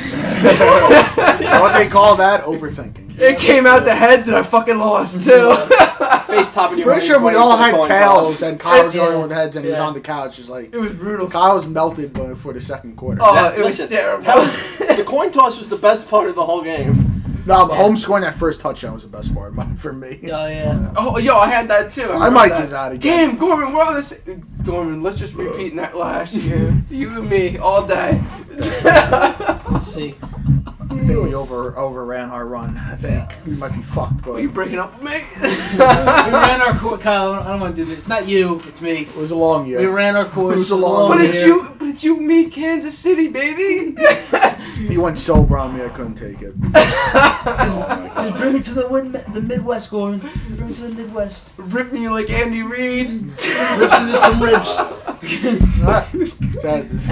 Speaker 5: what they call that overthinking.
Speaker 4: It came out to heads, and I fucking lost too.
Speaker 8: Face topping
Speaker 5: Pretty
Speaker 8: your money
Speaker 5: sure we
Speaker 8: coin
Speaker 5: all
Speaker 8: for the
Speaker 5: had
Speaker 8: coin
Speaker 5: tails,
Speaker 8: toss.
Speaker 5: and Kyle was the only
Speaker 7: Yeah.
Speaker 5: one with heads, and he was
Speaker 7: Yeah.
Speaker 5: on the couch. He's like,
Speaker 4: it was brutal.
Speaker 5: Kyle was melted by- for the second quarter.
Speaker 4: Oh,
Speaker 8: That-
Speaker 4: it was
Speaker 8: listen,
Speaker 4: terrible.
Speaker 8: that was- the coin toss was the best part of the whole game.
Speaker 5: No, but home scoring that first touchdown was the best part of mine- for me.
Speaker 7: Oh yeah.
Speaker 4: Oh, yo, I had that too.
Speaker 5: I
Speaker 4: remember
Speaker 5: might do that again.
Speaker 4: Damn, Gorman, we're on this. Gorman, let's just repeat that last year. You and me, all day.
Speaker 7: Let's see.
Speaker 5: I think we over overran our run. I think we might be fucked, but
Speaker 4: Are you breaking up with me?
Speaker 7: We ran our course, Kyle. I don't want to do this. Not you. It's me.
Speaker 5: it was a long year.
Speaker 7: We ran our course.
Speaker 5: It was a long
Speaker 4: but
Speaker 5: year.
Speaker 4: it's you. But it's you, me, Kansas City, baby.
Speaker 5: He went sober on me. I couldn't take it.
Speaker 7: Just bring me to the win- the Midwest, Gordon. Just bring me to the Midwest.
Speaker 4: Rip me like Andy Reid.
Speaker 7: Rips into some ribs.
Speaker 5: Anything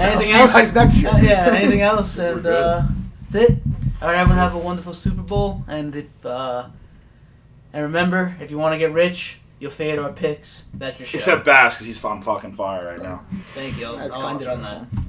Speaker 7: Anything
Speaker 5: I'll
Speaker 7: else?
Speaker 5: see you guys next year.
Speaker 7: Uh, yeah, anything else? And
Speaker 6: good.
Speaker 7: uh, that's it. All right, everyone have a wonderful Super Bowl. And if uh, and remember, if you want to get rich, you'll fade our picks. That's your show.
Speaker 6: Except Bass, because he's on fucking fire right now.
Speaker 7: thank you. I'll,
Speaker 5: That's
Speaker 7: I'll end it on
Speaker 5: conscious.
Speaker 7: that.